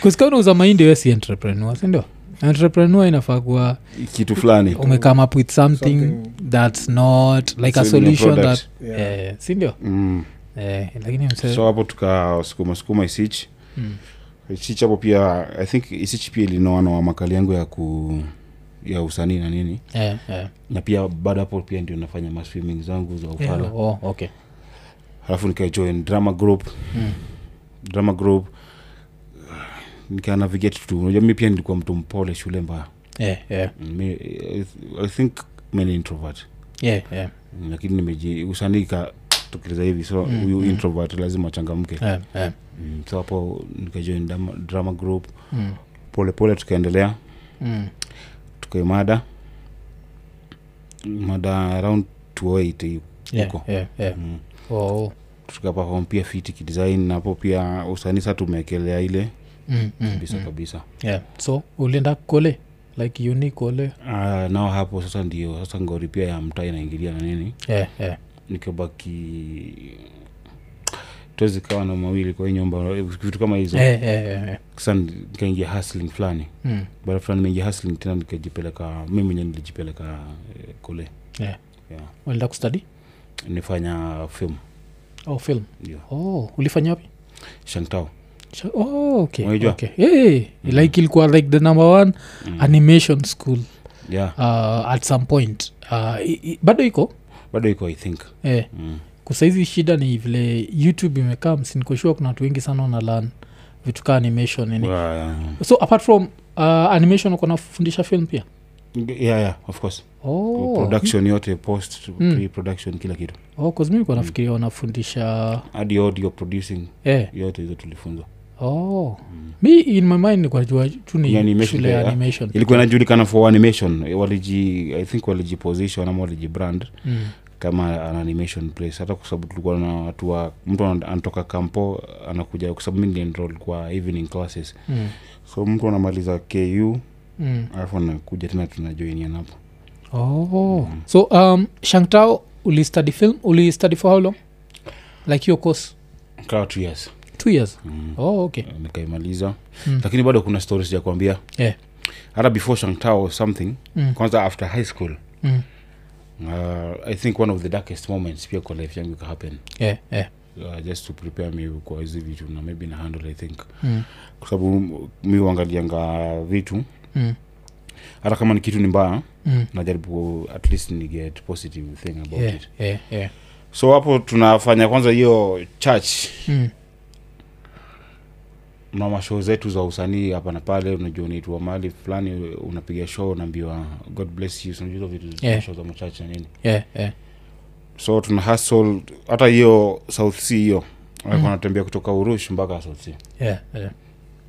[SPEAKER 1] kusika unauza mahindi we si entrepreneur sindio entrepreneur inafaa kuwa
[SPEAKER 3] kitu fulani
[SPEAKER 1] umecome up with something,
[SPEAKER 2] Something-
[SPEAKER 1] that's not like a
[SPEAKER 3] Selling a
[SPEAKER 1] solution
[SPEAKER 3] product.
[SPEAKER 1] that
[SPEAKER 2] Yeah.
[SPEAKER 1] eh, sindio
[SPEAKER 3] mm.
[SPEAKER 1] eh, lakini mse
[SPEAKER 3] so hapo tukasukuma sukuma isich
[SPEAKER 1] Mm.
[SPEAKER 3] isich hapo pia i think isich pia ilinoanoa makali yangu ya ku ya usanii na nini
[SPEAKER 1] eh, eh.
[SPEAKER 3] na pia baada hapo pia ndio nafanya maswimming zangu za
[SPEAKER 1] Eh,
[SPEAKER 3] ufala
[SPEAKER 1] oh, okay
[SPEAKER 3] alafu nikajoin drama group
[SPEAKER 1] Mm.
[SPEAKER 3] drama group nikanavigate tu unajua mi pia nilikuwa mtu mpole shule mbaya
[SPEAKER 1] eh, eh.
[SPEAKER 3] mi, i think mainly introvert
[SPEAKER 1] yeah, yeah,
[SPEAKER 3] Mm, lakini nimeji usanii ka tukieleza hivi so
[SPEAKER 1] Mm,
[SPEAKER 3] huyu
[SPEAKER 1] mm.
[SPEAKER 3] introvert lazima achangamke
[SPEAKER 1] yeah, yeah.
[SPEAKER 3] mm. so hapo nikajoin drama, drama group
[SPEAKER 1] Mm,
[SPEAKER 3] polepole tukaendelea
[SPEAKER 1] mm,
[SPEAKER 3] tukaimada mada around 208
[SPEAKER 1] yeah,
[SPEAKER 3] Huko.
[SPEAKER 1] yeah, yeah.
[SPEAKER 3] mm.
[SPEAKER 1] Oh,
[SPEAKER 3] tukapafom pia fiti kidesign napo pia usanii saa tumeekelea ile
[SPEAKER 1] mm, mm,
[SPEAKER 3] kabisa
[SPEAKER 1] mm.
[SPEAKER 3] kabisa
[SPEAKER 1] Yeah. so ulienda kole like uni kole
[SPEAKER 3] uh, nao hapo sasa ndio sasa ngori pia ya mtaa inaingilia na nini
[SPEAKER 1] yeah, yeah.
[SPEAKER 3] nikabaki tuwezi kawa na mawili kwa hii nyumba vitu kama hizo
[SPEAKER 1] Yeah, yeah, yeah, yeah.
[SPEAKER 3] sasa nikaingia hustling fulani
[SPEAKER 1] Mm,
[SPEAKER 3] baada fulani nimeingia hustling tena nikajipeleka mi mwenyewe nilijipeleka eh, kule
[SPEAKER 1] yeah.
[SPEAKER 3] yeah.
[SPEAKER 1] ulienda kustudy
[SPEAKER 3] nifanya film
[SPEAKER 1] oh, film
[SPEAKER 3] ndio
[SPEAKER 1] oh, ulifanya wapi
[SPEAKER 3] shangtao
[SPEAKER 1] Sha- oh, okay,
[SPEAKER 3] Unajua?
[SPEAKER 1] okay. Hey, like ilikuwa like the number one
[SPEAKER 3] Mm.
[SPEAKER 1] animation school
[SPEAKER 3] yeah
[SPEAKER 1] uh, at some point uh, i, i, bado iko
[SPEAKER 3] bado iko i think
[SPEAKER 1] eh,
[SPEAKER 3] mm.
[SPEAKER 1] kusaizi shida ni vile youtube imekaa msinikoshua kuna watu wengi sana wanalan vitu kaa animation nini
[SPEAKER 3] Wa-
[SPEAKER 1] so apart from uh, animation uko nafundisha film pia
[SPEAKER 3] yeah, yeah, of course
[SPEAKER 1] oh,
[SPEAKER 3] production yote post
[SPEAKER 1] Mm.
[SPEAKER 3] pre production kila kitu
[SPEAKER 1] oh, 'cause mi
[SPEAKER 3] Mm.
[SPEAKER 1] nilikuwa nafikiria wanafundisha
[SPEAKER 3] hadi audio producing
[SPEAKER 1] eh,
[SPEAKER 3] yote hizo tulifunzwa
[SPEAKER 1] oh. mi in my mind nikunajua tu
[SPEAKER 3] Ni
[SPEAKER 1] ni
[SPEAKER 3] animation
[SPEAKER 1] shule
[SPEAKER 3] pia,
[SPEAKER 1] ya
[SPEAKER 3] yeah.
[SPEAKER 1] animation
[SPEAKER 3] ilikuwa inajulikana for animation waliji i think walijiposition ama walijibrand
[SPEAKER 1] mm.
[SPEAKER 3] kama an animation place hata kwa sababu tulikuwa na watu wa mtu ana- anatoka kampo anakuja kwa sababu mi nilienroll kwa evening classes
[SPEAKER 1] Mm.
[SPEAKER 3] so mtu anamaliza ku
[SPEAKER 1] Mm.
[SPEAKER 3] alafu anakuja tena tunajoinian hapo
[SPEAKER 1] oh. so um, shangtao ulistudy film ulistudy for how long like your course
[SPEAKER 3] kaa two years
[SPEAKER 1] two years
[SPEAKER 3] mm.
[SPEAKER 1] oh, okay
[SPEAKER 3] nikaimaliza
[SPEAKER 1] Mm.
[SPEAKER 3] lakini bado kuna stories ya kuambia
[SPEAKER 1] Yeah.
[SPEAKER 3] hata before shangtao or something
[SPEAKER 1] Mm.
[SPEAKER 3] kwanza after high school
[SPEAKER 1] Mm.
[SPEAKER 3] uh, i think one of the darkest moments pia kwa life yangu ikahappen
[SPEAKER 1] Yeah, yeah.
[SPEAKER 3] uh, just to prepare me kwa hizi vitu na maybe na handle i think
[SPEAKER 1] Mm.
[SPEAKER 3] kwa sababu m- mi uangalianga vitu
[SPEAKER 1] Mm.
[SPEAKER 3] hata kama ni kitu ni mbaya
[SPEAKER 1] Mm.
[SPEAKER 3] najaribu ku- at least ni get positive thing about
[SPEAKER 1] Yeah,
[SPEAKER 3] it
[SPEAKER 1] yeah, yeah.
[SPEAKER 3] so hapo tunafanya kwanza hiyo church
[SPEAKER 1] Mm.
[SPEAKER 3] na mashow zetu za usanii hapa na pale unajua unaitwa mali fulani unapiga show unaambiwa god bless you unajua hizo vitu
[SPEAKER 1] Yeah.
[SPEAKER 3] show za machache na nini
[SPEAKER 1] Yeah, yeah.
[SPEAKER 3] so tuna hustle hata hiyo south sea hiyo
[SPEAKER 1] Mm-hmm.
[SPEAKER 3] mm. natembea kutoka urush mpaka south sea
[SPEAKER 1] Yeah, yeah.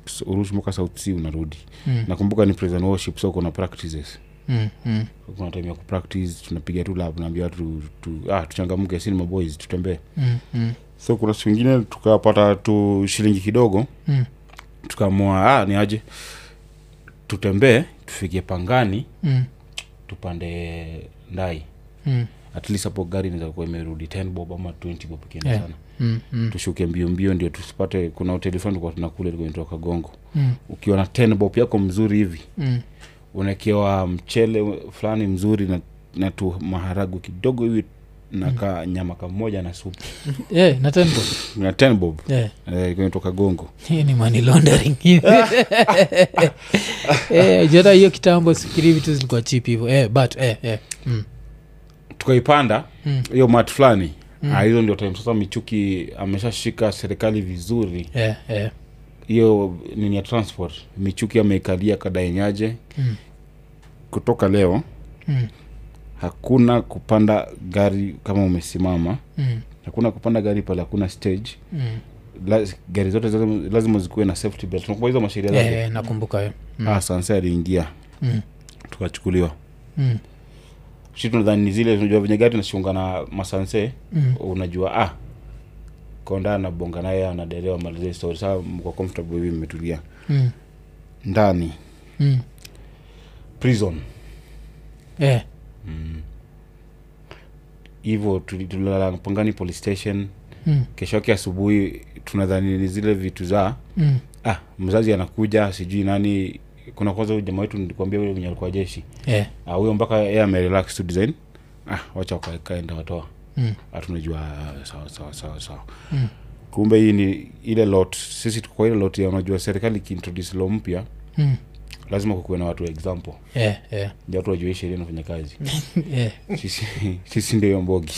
[SPEAKER 3] S- urush mpaka south sea unarudi
[SPEAKER 1] Mm.
[SPEAKER 3] nakumbuka ni praise and worship so kuna practices
[SPEAKER 1] Mm. Mm.
[SPEAKER 3] kuna time ya kupractice tunapiga tu lab naambia watu tu, ah, tuchangamke sini maboys tutembee
[SPEAKER 1] Mm. Mm.
[SPEAKER 3] so kuna siku ingine tukapata tu shilingi kidogo
[SPEAKER 1] Mm.
[SPEAKER 3] tukaamua ah, ni aje tutembee tufikie pangani
[SPEAKER 1] Mm.
[SPEAKER 3] tupande ndai
[SPEAKER 1] Mm.
[SPEAKER 3] at least hapo gari inaweza kuwa imerudi 10 bob ama 20 bob ikienda
[SPEAKER 1] Yeah.
[SPEAKER 3] sana
[SPEAKER 1] Mm. Mm.
[SPEAKER 3] tushuke mbio mbio ndio tusipate kuna hoteli fulani kwa tunakula ilikuwa inaitwa kagongo
[SPEAKER 1] Mm.
[SPEAKER 3] ukiwa na 10 bob yako mzuri hivi
[SPEAKER 1] Mm.
[SPEAKER 3] unaekewa mchele fulani mzuri na, na tu maharagu kidogo hivi
[SPEAKER 1] Mm.
[SPEAKER 3] na ka nyama kamoja na supu
[SPEAKER 1] Yeah, na tembo.
[SPEAKER 3] na 10 bob
[SPEAKER 1] Yeah.
[SPEAKER 3] eh, ilikuwa inaitwa kagongo
[SPEAKER 1] hii ni money laundering Eh, jota hiyo kitambo sikiri vitu zilikuwa chip hivo eh, but eh, eh. Mm.
[SPEAKER 3] tukaipanda
[SPEAKER 1] Mm.
[SPEAKER 3] hiyo mat fulani Ah, hizo ndio time sasa michuki ameshashika serikali vizuri
[SPEAKER 1] Yeah, yeah.
[SPEAKER 3] hiyo nini ya transport michuki ameikalia kadaenyaje
[SPEAKER 1] Mm.
[SPEAKER 3] kutoka leo
[SPEAKER 1] Mm.
[SPEAKER 3] hakuna kupanda gari kama umesimama
[SPEAKER 1] Mm.
[SPEAKER 3] hakuna kupanda gari pale hakuna stage
[SPEAKER 1] Mm.
[SPEAKER 3] la, gari zote lazima- lazima zikuwe na safety belt nakumbuka hizo masheria
[SPEAKER 1] Yeah,
[SPEAKER 3] zake
[SPEAKER 1] yeah, nakumbuka hiyo Eh, Mm.
[SPEAKER 3] Ah, sanse aliingia
[SPEAKER 1] Mm.
[SPEAKER 3] tukachukuliwa
[SPEAKER 1] Mm.
[SPEAKER 3] shi tunadhani ni zile unajua venye gari nashunga na masanse
[SPEAKER 1] Mm.
[SPEAKER 3] unajua ah konda anabonga naye anaderewa malize story saa mko comfortable hivi mmetulia
[SPEAKER 1] Mm.
[SPEAKER 3] ndani
[SPEAKER 1] Mm.
[SPEAKER 3] prison
[SPEAKER 1] Eh,
[SPEAKER 3] hivyo tuli- tulilala pangani police station
[SPEAKER 1] Mm.
[SPEAKER 3] kesho yake asubuhi tunadhani ni zile vitu za
[SPEAKER 1] Mm.
[SPEAKER 3] ah mzazi anakuja sijui nani kuna kwanza huyu jamaa wetu nilikwambia yule mwenye alikuwa jeshi
[SPEAKER 1] Eh,
[SPEAKER 3] Ah, huyo mpaka yeye amerelax tu design ah wacha waka- kaenda watoa
[SPEAKER 1] Mm.
[SPEAKER 3] Ah, tunajua ah, sawa sawa sawa sawa
[SPEAKER 1] Mm.
[SPEAKER 3] kumbe hii ni ile lot sisi tuko kwa ile lot ya unajua serikali ikiintroduce law mpya
[SPEAKER 1] Mm.
[SPEAKER 3] lazima kukuwe na watu wa example
[SPEAKER 1] Eh, eh.
[SPEAKER 3] ndio watu wajue sheria inafanya kazi
[SPEAKER 1] Eh.
[SPEAKER 3] sisi, sisi ndio hiyo mbogi